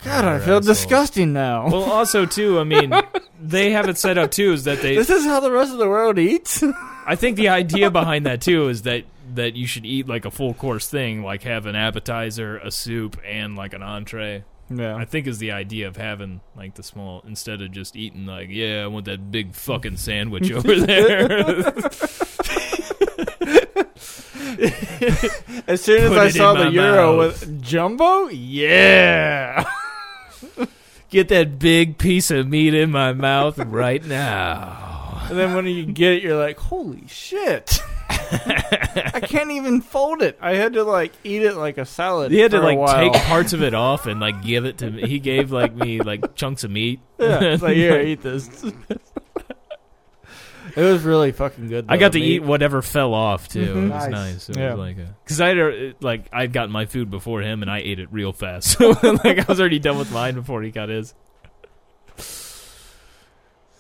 S5: God, I
S2: You're
S5: feel
S2: assholes.
S5: disgusting now.
S2: Well, also too, I mean, they have it set up too is that they.
S5: this is how the rest of the world eats.
S2: I think the idea behind that too is that that you should eat like a full course thing, like have an appetizer, a soup, and like an entree. I
S5: yeah.
S2: think is the idea of having like the small instead of just eating like yeah I want that big fucking sandwich over there.
S5: As soon as
S2: put
S5: I
S2: it
S5: saw
S2: in my
S5: the euro
S2: mouth.
S5: with jumbo, yeah.
S2: Get that big piece of meat in my mouth right now.
S5: And then when you get it, you're like, holy shit. I can't even fold it. I had to like eat it like a salad.
S2: He had to
S5: for a
S2: like
S5: while.
S2: take parts of it off and like give it to me. He gave like me like chunks of meat.
S5: Yeah, it's like here, eat this. it was really fucking good.
S2: I got
S5: though,
S2: to
S5: meat.
S2: eat whatever fell off too.
S5: Mm-hmm.
S2: It was nice.
S4: Nice.
S2: It
S5: Yeah.
S2: was like because I had a- like I'd gotten my food before him and I ate it real fast. So like I was already done with mine before he got his.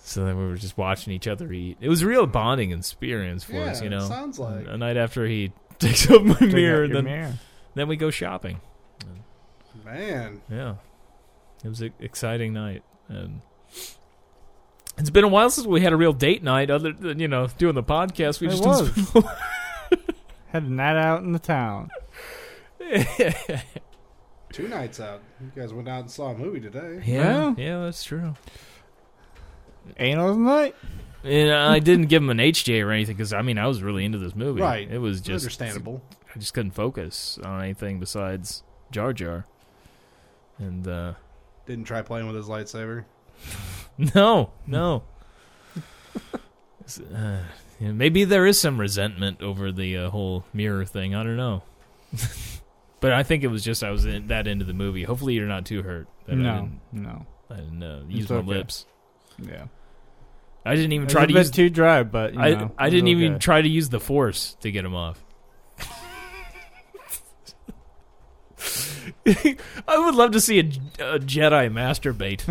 S2: So then we were just watching each other eat. It was a real bonding experience for
S4: Yeah,
S2: us, you know.
S4: it sounds like.
S2: a night after he takes up my
S5: Take out
S2: mirror,
S5: your
S2: then
S5: mirror.
S2: then we go shopping.
S4: Man.
S2: Yeah, it was an exciting night, and it's been a while since we had a real date night. Other than you know doing the podcast, we
S5: It
S2: just
S5: was. had a night out in the town.
S4: Two nights out. You guys went out and saw a movie today.
S2: yeah,
S5: Yeah.
S2: yeah, that's true.
S5: Anal night.
S2: And I didn't give him an HJ or anything because I mean I was really into this movie.
S4: Right.
S2: it was just
S4: Understandable.
S2: I just couldn't focus on anything besides Jar Jar, and uh,
S4: Didn't try playing with his lightsaber.
S2: No, no. It's, uh, yeah, maybe there is some resentment over the uh, whole mirror thing. I don't know. but I think it was just I was in that end of the movie. Hopefully, you're not too hurt. That I
S5: No,
S2: didn't,
S5: no.
S2: I didn't uh, use
S5: okay.
S2: my lips.
S5: Yeah.
S2: I didn't even
S5: It
S2: try
S5: was
S2: to
S5: a bit
S2: use.
S5: too dry, but you
S2: I
S5: know, it
S2: I
S5: was
S2: didn't even
S5: okay.
S2: try to use the force to get him off. I would love to see a, a Jedi masturbate.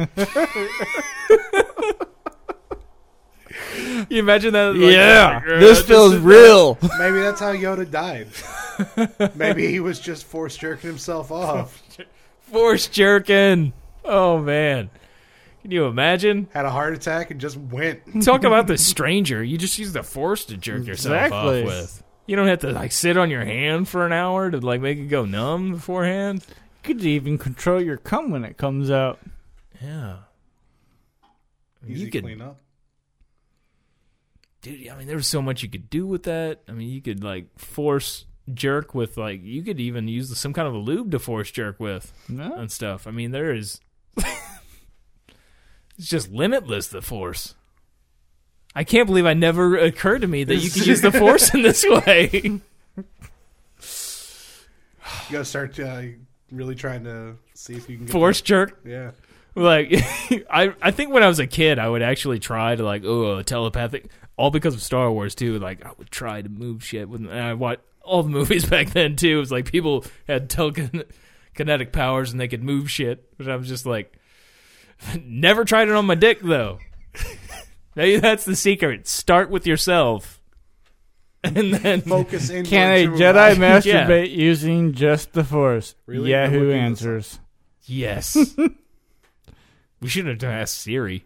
S2: you imagine that? like,
S5: yeah,
S2: like, uh,
S5: this
S2: just-
S5: feels real.
S4: Maybe that's how Yoda died. Maybe he was just force jerking himself off.
S2: force jerking. Oh man, can you imagine?
S4: Had a heart attack and just went.
S2: Talk about the stranger. You just use the force to jerk yourself
S5: Exactly.
S2: off with. You don't have to like sit on your hand for an hour to like make it go numb beforehand.
S5: You could even control your cum when it comes out.
S2: Yeah.
S4: Easy
S2: you could,
S4: clean up.
S2: dude. I mean, there was so much you could do with that. I mean, you could like force jerk with like you could even use some kind of a lube to force jerk with
S5: No,
S2: and stuff. I mean, there is it's just limitless the force. I can't believe I never occurred to me that you could use the force in this way.
S4: You gotta start uh, really trying to see if you can get
S2: force jerk
S4: Yeah.
S2: like I I think when I was a kid I would actually try to like oh telepathic all because of Star Wars too like I would try to move shit with and I watched all the movies back then too it was like people had telekinetic powers and they could move shit but I was just like never tried it on my dick though maybe that's the secret start with yourself and then
S4: Focus in.
S5: can a Jedi
S2: Yeah.
S5: masturbate using just the Force?
S4: Really? They're
S5: Yahoo
S4: looking this
S5: answers.
S2: yes we shouldn't have asked Siri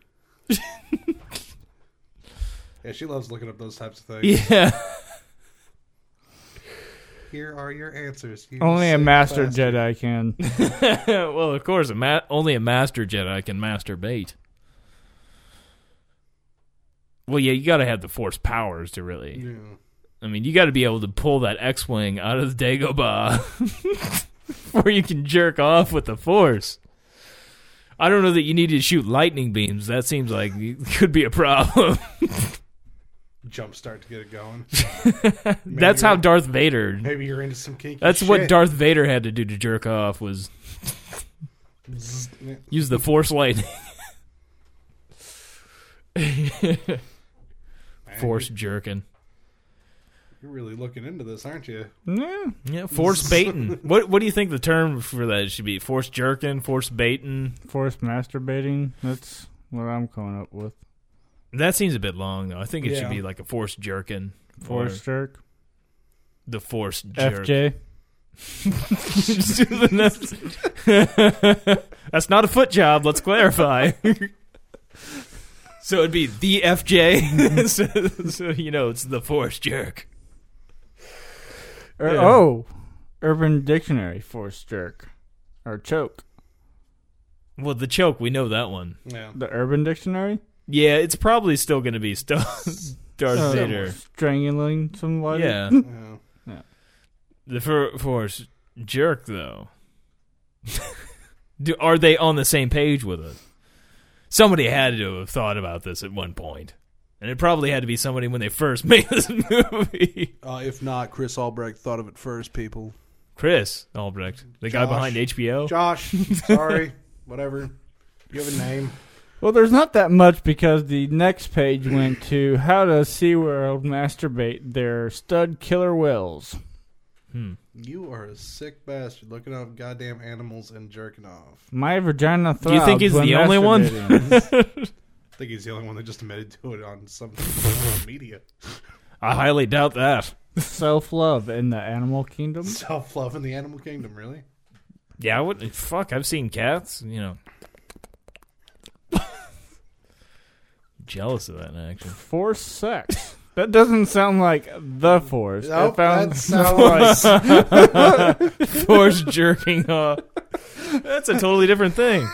S4: Yeah, she loves looking up those types of things.
S2: yeah.
S4: Here are your answers. you
S5: Only a
S4: sick
S5: master
S4: bastard.
S5: Jedi can.
S2: well, of course, a ma- only a master Jedi can masturbate. Well, yeah, you got to have the Force powers to really.
S4: Yeah.
S2: I mean, you got to be able to pull that X-wing out of the Dagobah before you can jerk off with the Force. I don't know that you need to shoot lightning beams. That seems like it could be a problem.
S4: Jump start to get it going.
S2: That's how Darth Vader.
S4: Maybe you're into some kinky.
S2: That's what
S4: shit.
S2: Darth Vader had to do to jerk off was
S4: Zzz. Yeah.
S2: Use the force lightning. force jerking.
S4: You're really looking into this, aren't you?
S5: Yeah.
S2: Yeah, force baiting. what what do you think the term for that should be? Force jerking, force baiting.
S5: Force masturbating. That's what I'm coming up with.
S2: That seems a bit long though. I think it should
S4: Yeah.
S2: be like a force jerking. or
S5: Force jerk.
S2: the force jerk.
S5: FJ.
S2: that's, that's not a foot job, let's clarify. so it'd be the FJ. so, so you know it's the force jerk.
S5: Or,
S2: Yeah.
S5: Oh, Urban Dictionary. Force jerk. Or choke.
S2: Well, the choke, we know that one.
S4: Yeah.
S5: The Urban Dictionary.
S2: Yeah, it's probably still going to be Sto- Darth
S5: Uh,
S2: Vader.
S5: Strangling somebody.
S2: Yeah,
S4: yeah.
S2: the for- Force jerk though. Do are they on the same page with us? Somebody had to have thought about this at one point. And it probably had to be somebody when they first made this movie.
S6: Uh, if not, Chris Albrecht thought of it first, people.
S2: Chris Albrecht, the guy
S4: Josh.
S2: behind HBO.
S4: Josh, sorry, whatever. You have a name.
S5: Well, there's not that much because the next page went to how does SeaWorld masturbate their stud killer whales.
S6: You are a sick bastard looking up goddamn animals and jerking off.
S5: My vagina
S2: Do you think
S5: throbs
S2: he's
S5: when
S2: the only one?
S5: masturbating.
S4: I think he's the only one that just admitted to it on some media.
S2: I highly doubt that.
S5: Self-love in the animal kingdom.
S4: Self love in the animal kingdom, really?
S2: Yeah, I would. Fuck, I've seen cats. You know, jealous of that in action.
S5: Force sex. That doesn't sound like the force.
S4: Nope,
S5: It found-
S4: that sounds like
S2: Force jerking off. That's a totally different thing.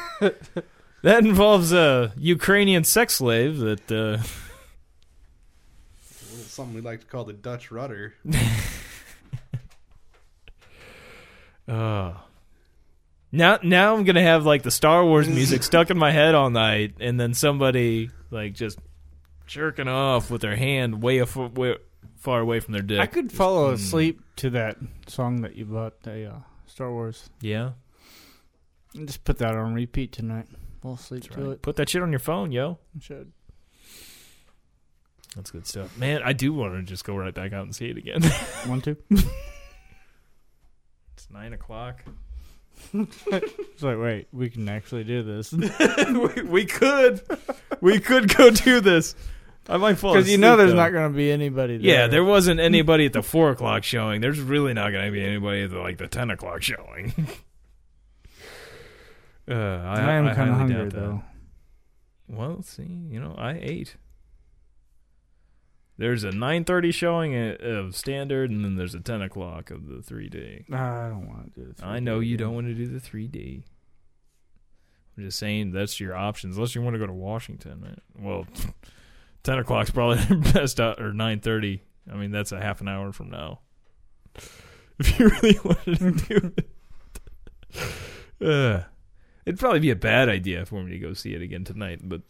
S2: That involves a Ukrainian sex slave that. Uh,
S4: something we like to call the Dutch rudder.
S2: Uh, now, now I'm gonna have like the Star Wars music stuck in my head all night, and then somebody like just jerking off with their hand way, af- way far away from their dick.
S5: I could follow
S2: Hmm.
S5: asleep to that song that you bought, the uh, Star Wars.
S2: yeah,
S5: And Just put that on repeat tonight. Fall asleep
S2: that's
S5: to
S2: right. Put that shit on your phone, yo.
S5: it. Should.
S2: That's good stuff, man. I do want to just go right back out and see it again.
S5: One, two.
S2: it's nine o'clock.
S5: It's like, wait, we can actually do this.
S2: we, we could, we could go do this. I might fall
S5: Because you know
S2: asleep,
S5: there's
S2: though.
S5: not going to be anybody there.
S2: Yeah, there wasn't anybody at the four o'clock showing. There's really not going to be anybody at the, like the ten o'clock showing. uh, I,
S5: I am
S2: I
S5: kind of
S2: highly
S5: hungry,
S2: doubt that.
S5: though.
S2: Well, see, you know, I ate. There's a nine thirty showing a- of standard, and then there's a ten o'clock of the three D.
S5: Nah, I don't want to do this.
S2: I know you don't want to do the three D. I'm just saying that's your options, unless you want to go to Washington. Man. Well, ten o'clock's probably the best, o- or nine thirty. I mean, that's a half an hour from now. If you really wanted to do it, uh, it'd probably be a bad idea for me to go see it again tonight. But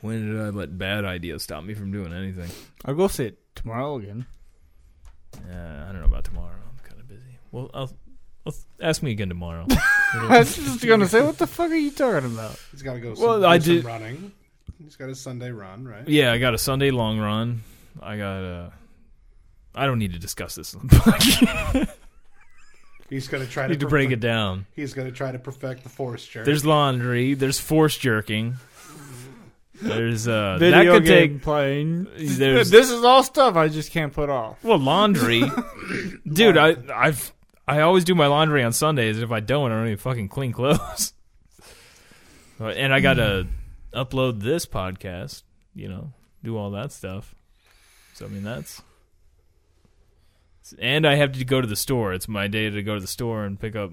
S2: when did I let bad ideas stop me from doing anything?
S5: I'll go see it tomorrow again.
S2: Uh, I don't know about tomorrow. I'm kind of busy. Well, I'll, I'll ask me again tomorrow.
S5: I was just going to say, what the fuck are you talking about?
S4: He's got to go.
S2: Well,
S4: some,
S2: I
S4: do some
S2: did-
S4: running. He's got his Sunday run, right?
S2: Yeah, I got a Sunday long run. I got Uh, I don't need to discuss this on the podcast.
S4: He's gonna try
S2: I
S4: to,
S2: need to
S4: perfe-
S2: break it down.
S4: He's gonna try to perfect the force jerk.
S2: There's laundry. There's force jerking. There's uh
S5: Video
S2: that could
S5: game playing.
S2: take. There's
S5: This is all stuff I just can't put off.
S2: well laundry, dude. I I've I always do my laundry on Sundays. If I don't, I don't even fucking clean clothes. But- and I gotta
S4: Hmm.
S2: upload this podcast. You know, do all that stuff. So I mean, that's and I have to go to the store. It's my day to go to the store and pick up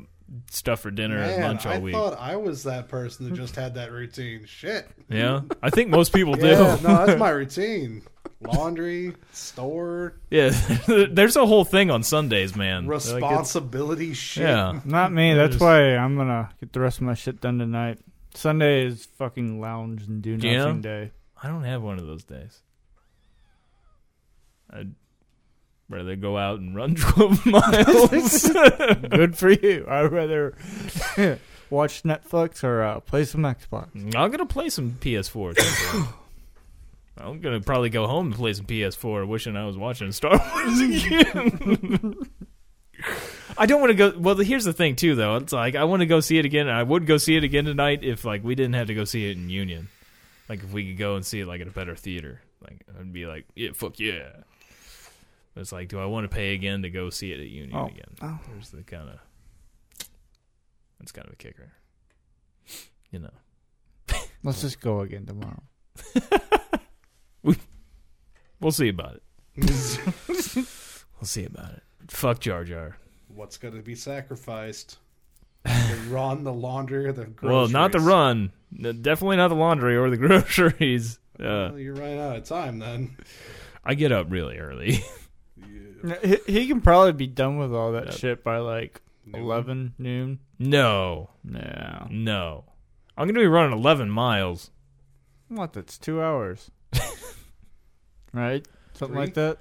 S2: stuff for dinner
S4: Man,
S2: and lunch all
S4: I
S2: week.
S4: thought I was that person that just had that routine. Shit.
S2: Yeah, I think most people do.
S4: Yeah, no, that's my routine. Laundry, store,
S2: Yeah, there's a whole thing on Sundays, man. Like, it's-
S4: responsibility. shit.
S2: yeah,
S5: Not me. That's
S2: There's-
S5: why I'm going to get the rest of my shit done tonight. Sunday is fucking lounge and do
S2: Yeah.
S5: nothing day.
S2: I don't have one of those days. I'd rather go out and run 12 miles.
S5: Good for you. I'd rather watch Netflix or uh, play some Xbox.
S2: I'm gonna play some PS4. at some point. I'm gonna probably go home and play some PS4, wishing I was watching Star Wars again. I don't want to go. Well, here's the thing too, though. It's like I want to go see it again. and I would go see it again tonight if like we didn't have to go see it in Union. Like if we could go and see it like at a better theater. Like I'd be like, yeah, fuck yeah. But it's like, do I want to pay again to go see it at Union
S5: Oh.
S2: again?
S5: Oh.
S2: There's the kind of. That's kind of a kicker. You know.
S5: Let's just go again tomorrow.
S2: We'll see about it. we'll see about it. Fuck Jar Jar.
S4: What's gonna be sacrificed? The run, the laundry, the groceries.
S2: Well, not the run. N- Definitely not the laundry or the groceries. Uh,
S4: Well, you're right out of time then.
S2: I get up really early.
S5: He, he can probably be done with all that
S2: Yep.
S5: shit by like
S4: Noon.
S5: eleven noon.
S2: no,
S5: No,
S2: no. I'm gonna be running 11 miles.
S5: what? That's two hours. right? Something
S4: Three?
S5: like that.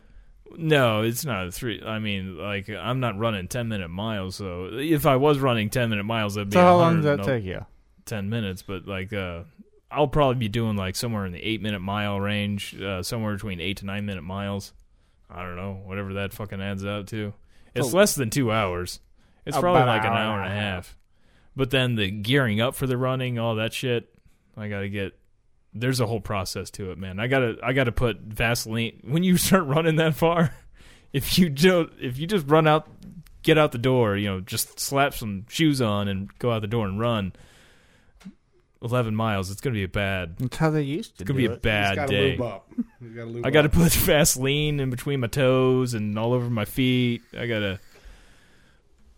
S2: No, it's not a three. I mean, like I'm not running ten minute miles. So if I was running ten minute miles, that'd be
S5: So how long does
S2: 100
S5: that take you?
S2: Ten minutes, but like uh, I'll probably be doing like somewhere in the eight minute mile range, uh, somewhere between eight to nine minute miles. I don't know, whatever that fucking adds up to. It's
S5: So-
S2: less than two hours. It's probably
S5: About an
S2: like an
S5: hour
S2: hour and a half. But then the gearing up for the running, all that shit, I gotta get. There's a whole process to it, man. I gotta, I gotta put Vaseline when you start running that far. If you don't, if you just run out, get out the door, you know, just slap some shoes on and go out the door and run. Eleven miles, it's gonna be a bad.
S5: That's how they used to
S2: It's gonna be
S5: do
S2: a
S5: it.
S4: He's
S2: bad
S4: gotta
S2: day.
S4: lube up. He's gotta lube
S2: I got to
S4: up.
S2: put Vaseline in between my toes and all over my feet. I got to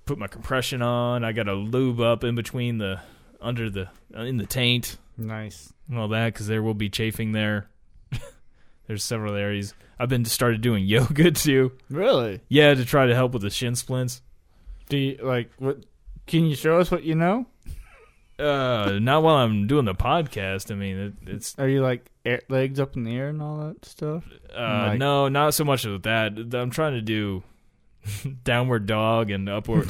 S2: put my compression on. I got to lube up in between the under the uh, in the taint
S5: Nice.
S2: and all that because there will be chafing there. There's several areas. I've been started doing yoga too.
S5: Really?
S2: Yeah, to try to help with the shin splints.
S5: Do you like what? Can you show us what you know?
S2: Uh, not while I'm doing the podcast. I mean, it, it's
S5: Are you like air, legs up in the air and all that stuff?
S2: Uh,
S5: Like-
S2: no, not so much of that. Th- I'm trying to do downward dog and upward.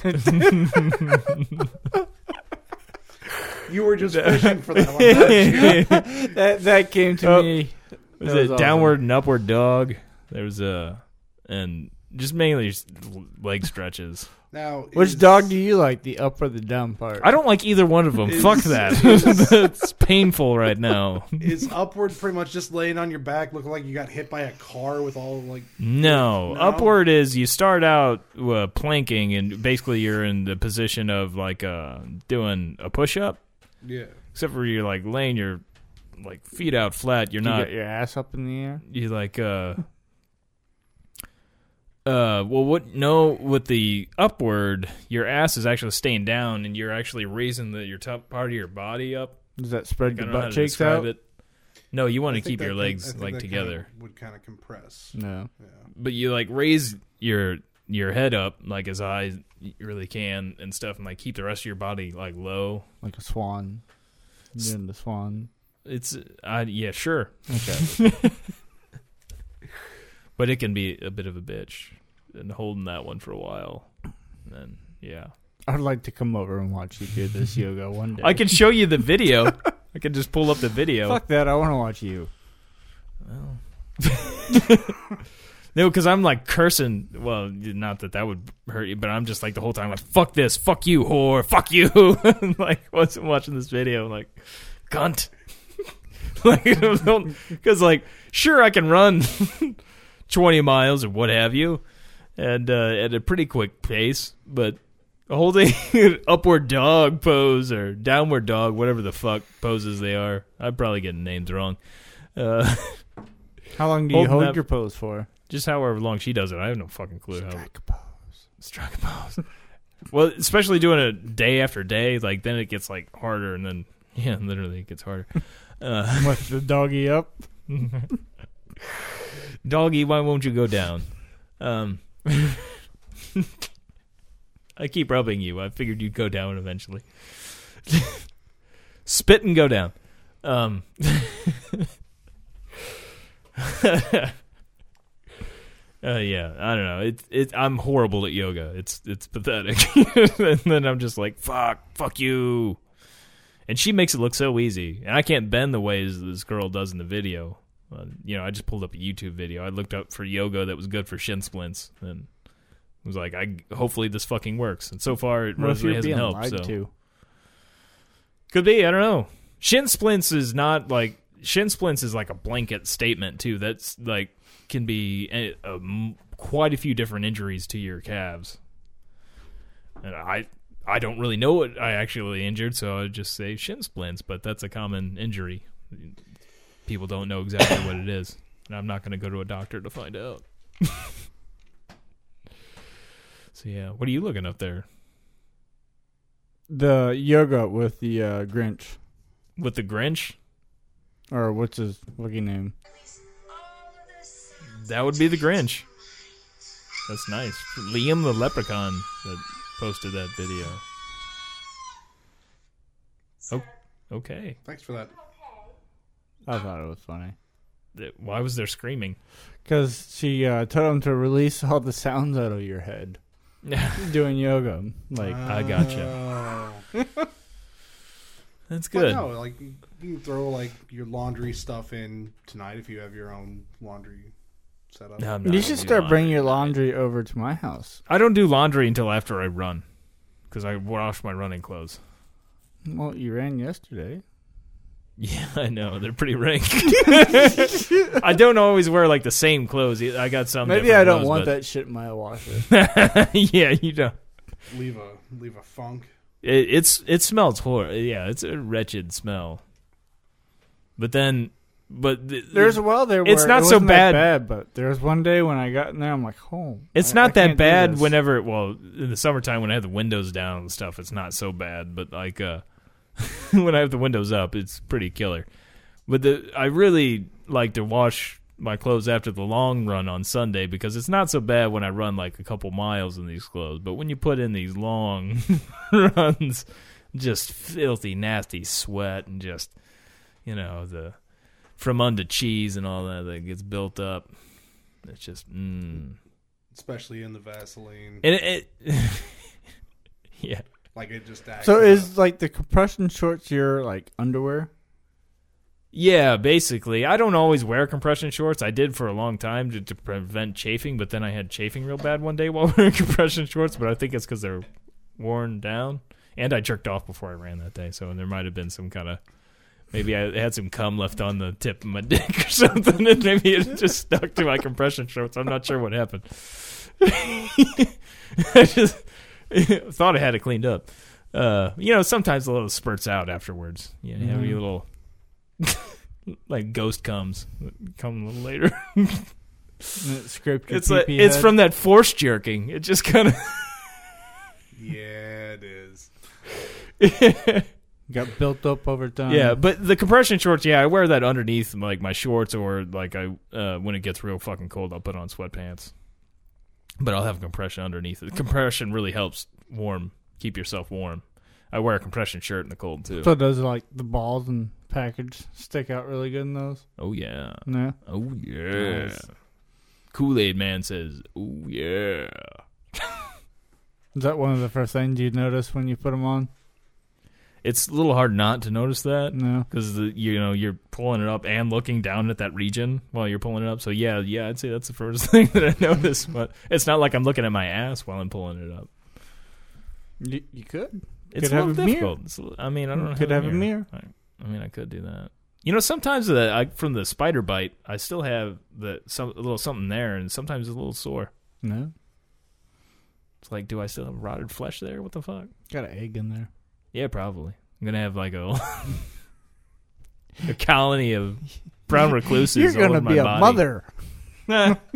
S4: You were just fishing for that one.
S5: That that came to
S2: Oh.
S5: me.
S2: was
S5: That
S2: it
S5: was awesome.
S2: downward and upward dog? There was a and just mainly just l- leg stretches.
S4: Now,
S5: Which
S4: is-
S5: dog do you like, the up or the down part?
S2: I don't like either one of them. Fuck that. It's painful right now.
S4: is upward pretty much just laying on your back, looking like you got hit by a car with all like
S2: No.
S4: No.
S2: upward is you start out uh, planking and basically you're in the position of like uh, doing a push up,
S4: yeah.
S2: except for you're like laying your like feet out flat. You're
S5: You
S2: not
S5: got your ass up in the air.
S2: you like uh uh well what no with the upward your ass is actually staying down and you're actually raising the your top part of your body up
S5: Does that spread
S2: Like, I don't
S5: your
S2: know how
S5: butt
S2: to
S5: cheeks
S2: describe
S5: out?
S2: it no you want
S4: I
S2: to
S4: think
S2: keep
S4: that
S2: your
S4: can- I
S2: legs
S4: think
S2: like
S4: that kinda
S2: together Mm.
S4: would kind of compress.
S5: No.
S2: but you like raise your your head up like as high as you really can and stuff and like keep the rest of your body like low
S5: Like a swan. You're in the swan.
S2: it's i yeah sure
S5: Okay.
S2: but it can be a bit of a bitch and holding that one for a while and then yeah
S5: I'd like to come over and watch you do this yoga one day.
S2: I can show you the video. I can just pull up the video.
S5: Fuck that. I want to watch you.
S2: No, because I'm like cursing. Well, not that that would hurt you, but I'm just like the whole time like, "Fuck this, fuck you, whore, fuck you." And, like, wasn't watching this video, I'm like, cunt. like, because like, sure, I can run 20 miles or what have you, and uh, at a pretty quick pace, but holding upward dog pose or downward dog, whatever the fuck poses they are, I'm probably getting names wrong. Uh,
S5: How long do
S2: Holding
S5: you hold
S2: that-
S5: your pose for?
S2: just however long she does it, I have no fucking clue how
S5: Strike a pose.
S2: strike a pose. well, especially doing it day after day, like then it gets like harder, and then yeah, literally it gets harder. Uh,
S5: With the doggy up.
S2: doggy, why won't you go down? Um, I keep rubbing you. I figured you'd go down eventually. Spit and go down. Um, uh, yeah, I don't know. It, it, I'm horrible at yoga. It's it's pathetic. and then I'm just like, fuck, fuck you. And she makes it look so easy. And I can't bend the ways this girl does in the video. Uh, you know, I just pulled up a YouTube video. I looked up for yoga that was good for shin splints, and was like, I hopefully this fucking works. And so far, it
S5: What if
S2: really
S5: you're
S2: hasn't
S5: being
S2: helped.
S5: lied
S2: so.
S5: to?
S2: Could be. I don't know. Shin splints is not like shin splints is like a blanket statement too. That's like can be a, a m- quite a few different injuries to your calves. And I I don't really know what I actually injured, so I just say shin splints. But that's a common injury. People don't know exactly what it is, and I'm not going to go to a doctor to find out. so yeah, what are you looking up there
S5: The yoga with the uh, Grinch.
S2: with the Grinch?
S5: Or what's his fucking name?
S2: That would be the Grinch. That's nice. Liam the Leprechaun that posted that video. Oh, okay.
S4: Thanks for that.
S5: I thought it was funny.
S2: th- why was there screaming?
S5: Because she uh, told him to release all the sounds out of your head doing yoga. Like,
S2: I gotcha.
S6: Oh.
S2: That's
S4: Uh, But
S2: good.
S4: no, like you can throw like your laundry stuff in tonight if you have your own laundry set up.
S2: No, I'm not
S5: you
S2: gonna
S5: should
S2: do
S5: start bringing
S2: laundry.
S5: your laundry over to my house.
S2: I don't do laundry until after I run, because I wash my running clothes.
S5: Well, you ran yesterday.
S2: Yeah, I know they're pretty rank. I don't always wear like the same clothes. e- I got some.
S5: Maybe
S2: different
S5: I don't
S2: clothes,
S5: want
S2: but-
S5: that shit in my washer.
S2: yeah, you don't.
S4: Leave a leave a funk.
S2: It, it's it smells horrible. Yeah, it's a wretched smell. But then, but th-
S5: There's a well there. Where
S2: It's not
S5: it
S2: so
S5: wasn't that
S2: bad.
S5: bad, but there was one day when I got in there, I'm like, home.
S2: It's
S5: I- I
S2: not that
S5: can't do
S2: bad
S5: this."
S2: whenever well in the summertime when I have the windows down and stuff it's not so bad but like uh when I have the windows up it's pretty killer. But the I really like to wash my clothes after the long run on Sunday because it's not so bad when I run like a couple miles in these clothes but when you put in these long runs just filthy nasty sweat and just you know the from under cheese and all that that gets built up it's just mm
S4: Especially in the Vaseline.
S2: and it, it yeah
S4: like it just acts
S5: So
S4: up.
S5: is like the compression shorts your like underwear?
S2: yeah basically i don't always wear compression shorts i did for a long time to, to prevent chafing but then i had chafing real bad one day while wearing compression shorts but i think it's because they're worn down and i jerked off before i ran that day so there might have been some kind of maybe i had some cum left on the tip of my dick or something and maybe it just stuck to my compression shorts i'm not sure what happened i just thought i had it cleaned up uh, you know, sometimes a little spurts out afterwards. You know, you have a little
S5: Mm-hmm.
S2: like ghost comes, come a little later.
S5: And it scraped your
S2: it's like,
S5: pee-pee
S2: it's
S5: head?
S2: from that force jerking. It just kind of
S4: Yeah, it is.
S5: got built up over time.
S2: yeah. But the compression shorts, yeah, I wear that underneath like my shorts or like I uh, when it gets real fucking cold, I'll put on sweatpants. But I'll have compression underneath it. Compression really helps warm, keep yourself warm. I wear a compression shirt in the cold too.
S5: So does like the balls and package stick out really good in those?
S2: Oh yeah.
S5: No.
S2: Oh yeah. Kool Aid Man says, "Oh yeah."
S5: Is that one of the first things you notice when you put them on?
S2: It's a little hard not to notice that
S5: No.
S2: because you know you're pulling it up and looking down at that region while you're pulling it up. So yeah, yeah, I'd say that's the first thing that I notice. But it's not like I'm looking at my ass while I'm pulling it up.
S5: You, you could.
S2: It's
S5: Could
S2: a
S5: have
S2: little
S5: a mirror. Mm,
S2: difficult. It's a li- I mean, I don't know.
S5: Could have a mirror.
S2: I, I mean, I could do that. You know, sometimes the, I, from the spider bite, I still have the some a little something there, and sometimes it's a little sore.
S5: No.
S2: It's like, do I still have rotted flesh there? What the fuck?
S5: Got an egg in there.
S2: Yeah, probably. I'm gonna have like a a colony of brown recluses.
S5: You're
S2: all
S5: gonna
S2: over my
S5: be a
S2: body.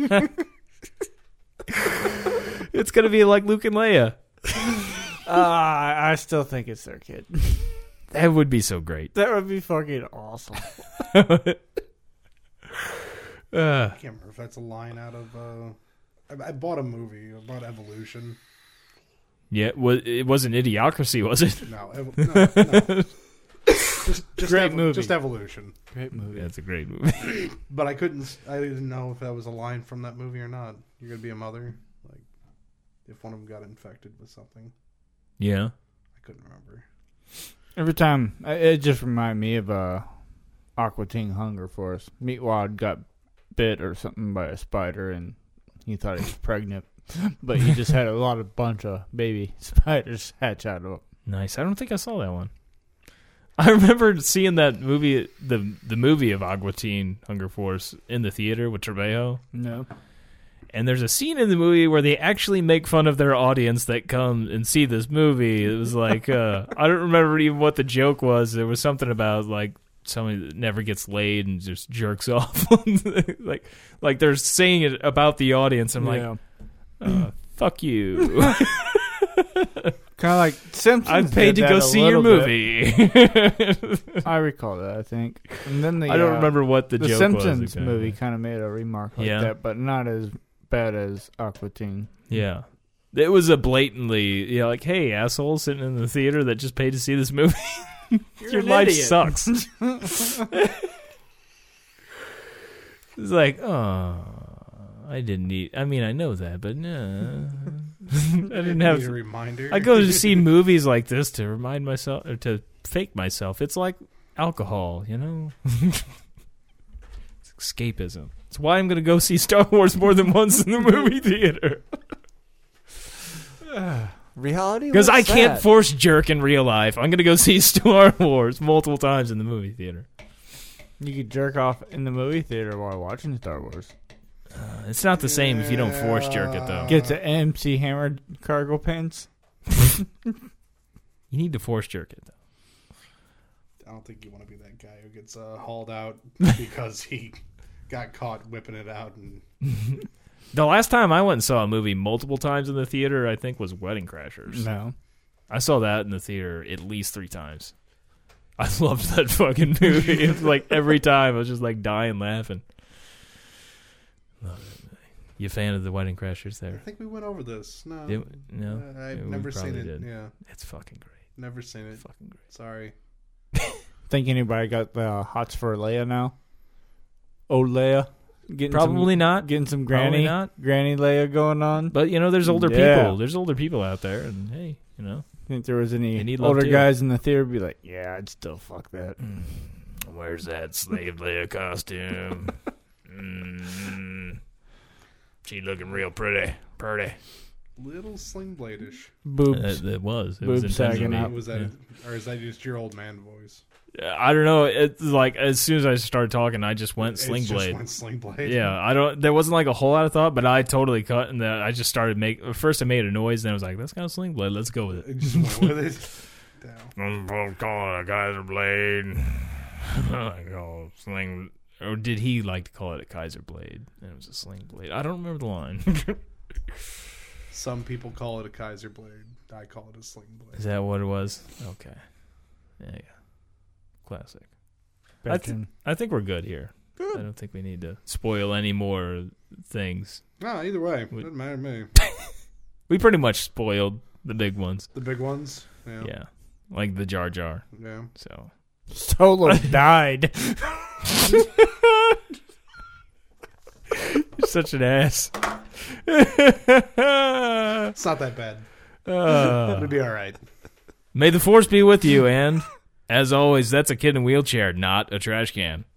S5: mother.
S2: it's gonna be like Luke and Leia.
S5: Uh, I still think it's their kid.
S2: That would be so great.
S5: That would be fucking awesome.
S2: Uh,
S4: I can't remember if that's a line out of. Uh, I, I bought a movie. I bought Evolution.
S2: yeah, wa- it wasn't idiocracy, was it?
S4: No, ev- no, no. just, just
S5: Great
S4: ev-
S5: movie.
S4: Just Evolution.
S5: Great movie.
S2: That's a great movie.
S4: But I couldn't. s- I didn't know if that was a line from that movie or not. You're gonna be a mother, like if one of them got infected with something.
S2: Yeah.
S4: I couldn't remember.
S5: Every time, I- it just reminded me of uh, Aqua Teen Hunger Force. Meatwad got bit or something by a spider, and he thought he was pregnant, but he just had a lot of bunch of baby spiders hatch out of him.
S2: Nice. I don't think I saw that one. I remember seeing that movie, the the movie of Aguatine Hunger Force, in the theater with Trebejo.
S5: No,
S2: And there's a scene in the movie where they actually make fun of their audience that come and see this movie. It was like uh, I don't remember even what the joke was. There was something about like somebody that never gets laid and just jerks off. like like they're saying it about the audience. I'm like, uh, fuck you.
S5: kind of like Simpsons.
S2: I'm paid to
S5: did
S2: go
S5: that a
S2: see your
S5: little bit.
S2: movie.
S5: I recall that. I think, and then the
S2: I don't
S5: uh,
S2: remember what the,
S5: the
S2: joke
S5: Simpsons
S2: was. exactly.
S5: movie kind of made a remark like
S2: Yeah.
S5: that, but not as bad as Aqua Teen.
S2: Yeah. It was a blatantly, you know, like, hey, asshole sitting in the theater that just paid to see this movie. Your life sucks. It's like, oh, I didn't need. I mean, I know that, but no, I didn't
S4: Need a
S2: have.
S4: reminder.
S2: I go to see movies like this to remind myself or to fake myself. It's like alcohol, you know. it's escapism. It's why I'm going to go see Star Wars more than once in the movie theater
S8: Reality?
S2: because I
S8: What's
S2: can't
S8: that?
S2: force jerk in real life. I'm going to go see Star Wars multiple times in the movie theater.
S5: You could jerk off in the movie theater while watching Star Wars.
S2: It's not the same if you don't force jerk it though.
S5: Get the MC Hammer cargo pants.
S2: You need to force jerk it though.
S4: I don't think you want to be that guy who gets uh, hauled out because he got caught whipping it out. And
S2: The last time I went and saw a movie multiple times in the theater, I think was Wedding Crashers.
S5: No.
S2: I saw that in the theater at least three times. I loved that fucking movie. It was like every time I was just like dying laughing. Love it. You a fan of the Wedding Crashers
S6: I
S2: there?
S6: think we went over this. No,
S2: Did- no,
S6: Uh, I've
S2: Yeah, we
S6: never seen
S2: probably
S6: it.
S2: did.
S6: Yeah,
S2: It's fucking great.
S6: never seen it.
S2: Fucking great.
S6: Sorry.
S5: Think anybody got the uh, hots for Leia now? Oh, Leia. Getting
S2: Probably
S5: some,
S2: not.
S5: Getting some
S2: Probably
S5: granny,
S2: not.
S5: granny Leia going on.
S2: But you know, there's older
S5: Yeah.
S2: people. There's older people out there, and hey, you know,
S5: think there was
S2: They
S5: any
S2: need love
S5: older
S2: too.
S5: guys in the theater be like, yeah, I'd still fuck that.
S2: Mm. where's that slave Leia costume? mm, she looking real pretty, pretty.
S6: Little sling bladish.
S5: Boobs.
S2: It, it was. It was
S5: Boobs
S2: intended to
S5: sagging
S2: be.
S5: out.
S6: Was that, or is that just your old man voice?
S2: I don't know. It's like as soon as I started talking, I just went sling
S4: it's just
S2: blade.
S4: one sling blade.
S2: Yeah, I don't. There wasn't like a whole lot of thought, but I totally cut, and then I just started make. First, I made a noise, then I was like, "That's kind of sling blade. Let's go with it."
S4: It just went with it. Damn.
S2: I'm calling a Kaiser blade. I call it sling. Or did he like to call it a Kaiser blade? And it was a sling blade. I don't remember the line.
S6: Some people call it a Kaiser blade. I call it a sling blade.
S2: Is that what it was? Okay. Yeah, yeah. Classic. I
S5: Back
S2: th-
S5: in-
S2: I think we're good here. I don't think we need to spoil any more things.
S6: No, either way,
S2: Would-
S6: doesn't matter to me.
S2: We pretty much spoiled the big ones.
S6: The big ones. Yeah.
S2: Yeah. Like the Jar Jar.
S6: yeah.
S2: So
S5: Solo died.
S2: You're such an ass.
S6: It's not that bad.
S2: Uh,
S6: It'll be all right.
S2: may the force be with you and as always that's a kid in a wheelchair, not a trash can.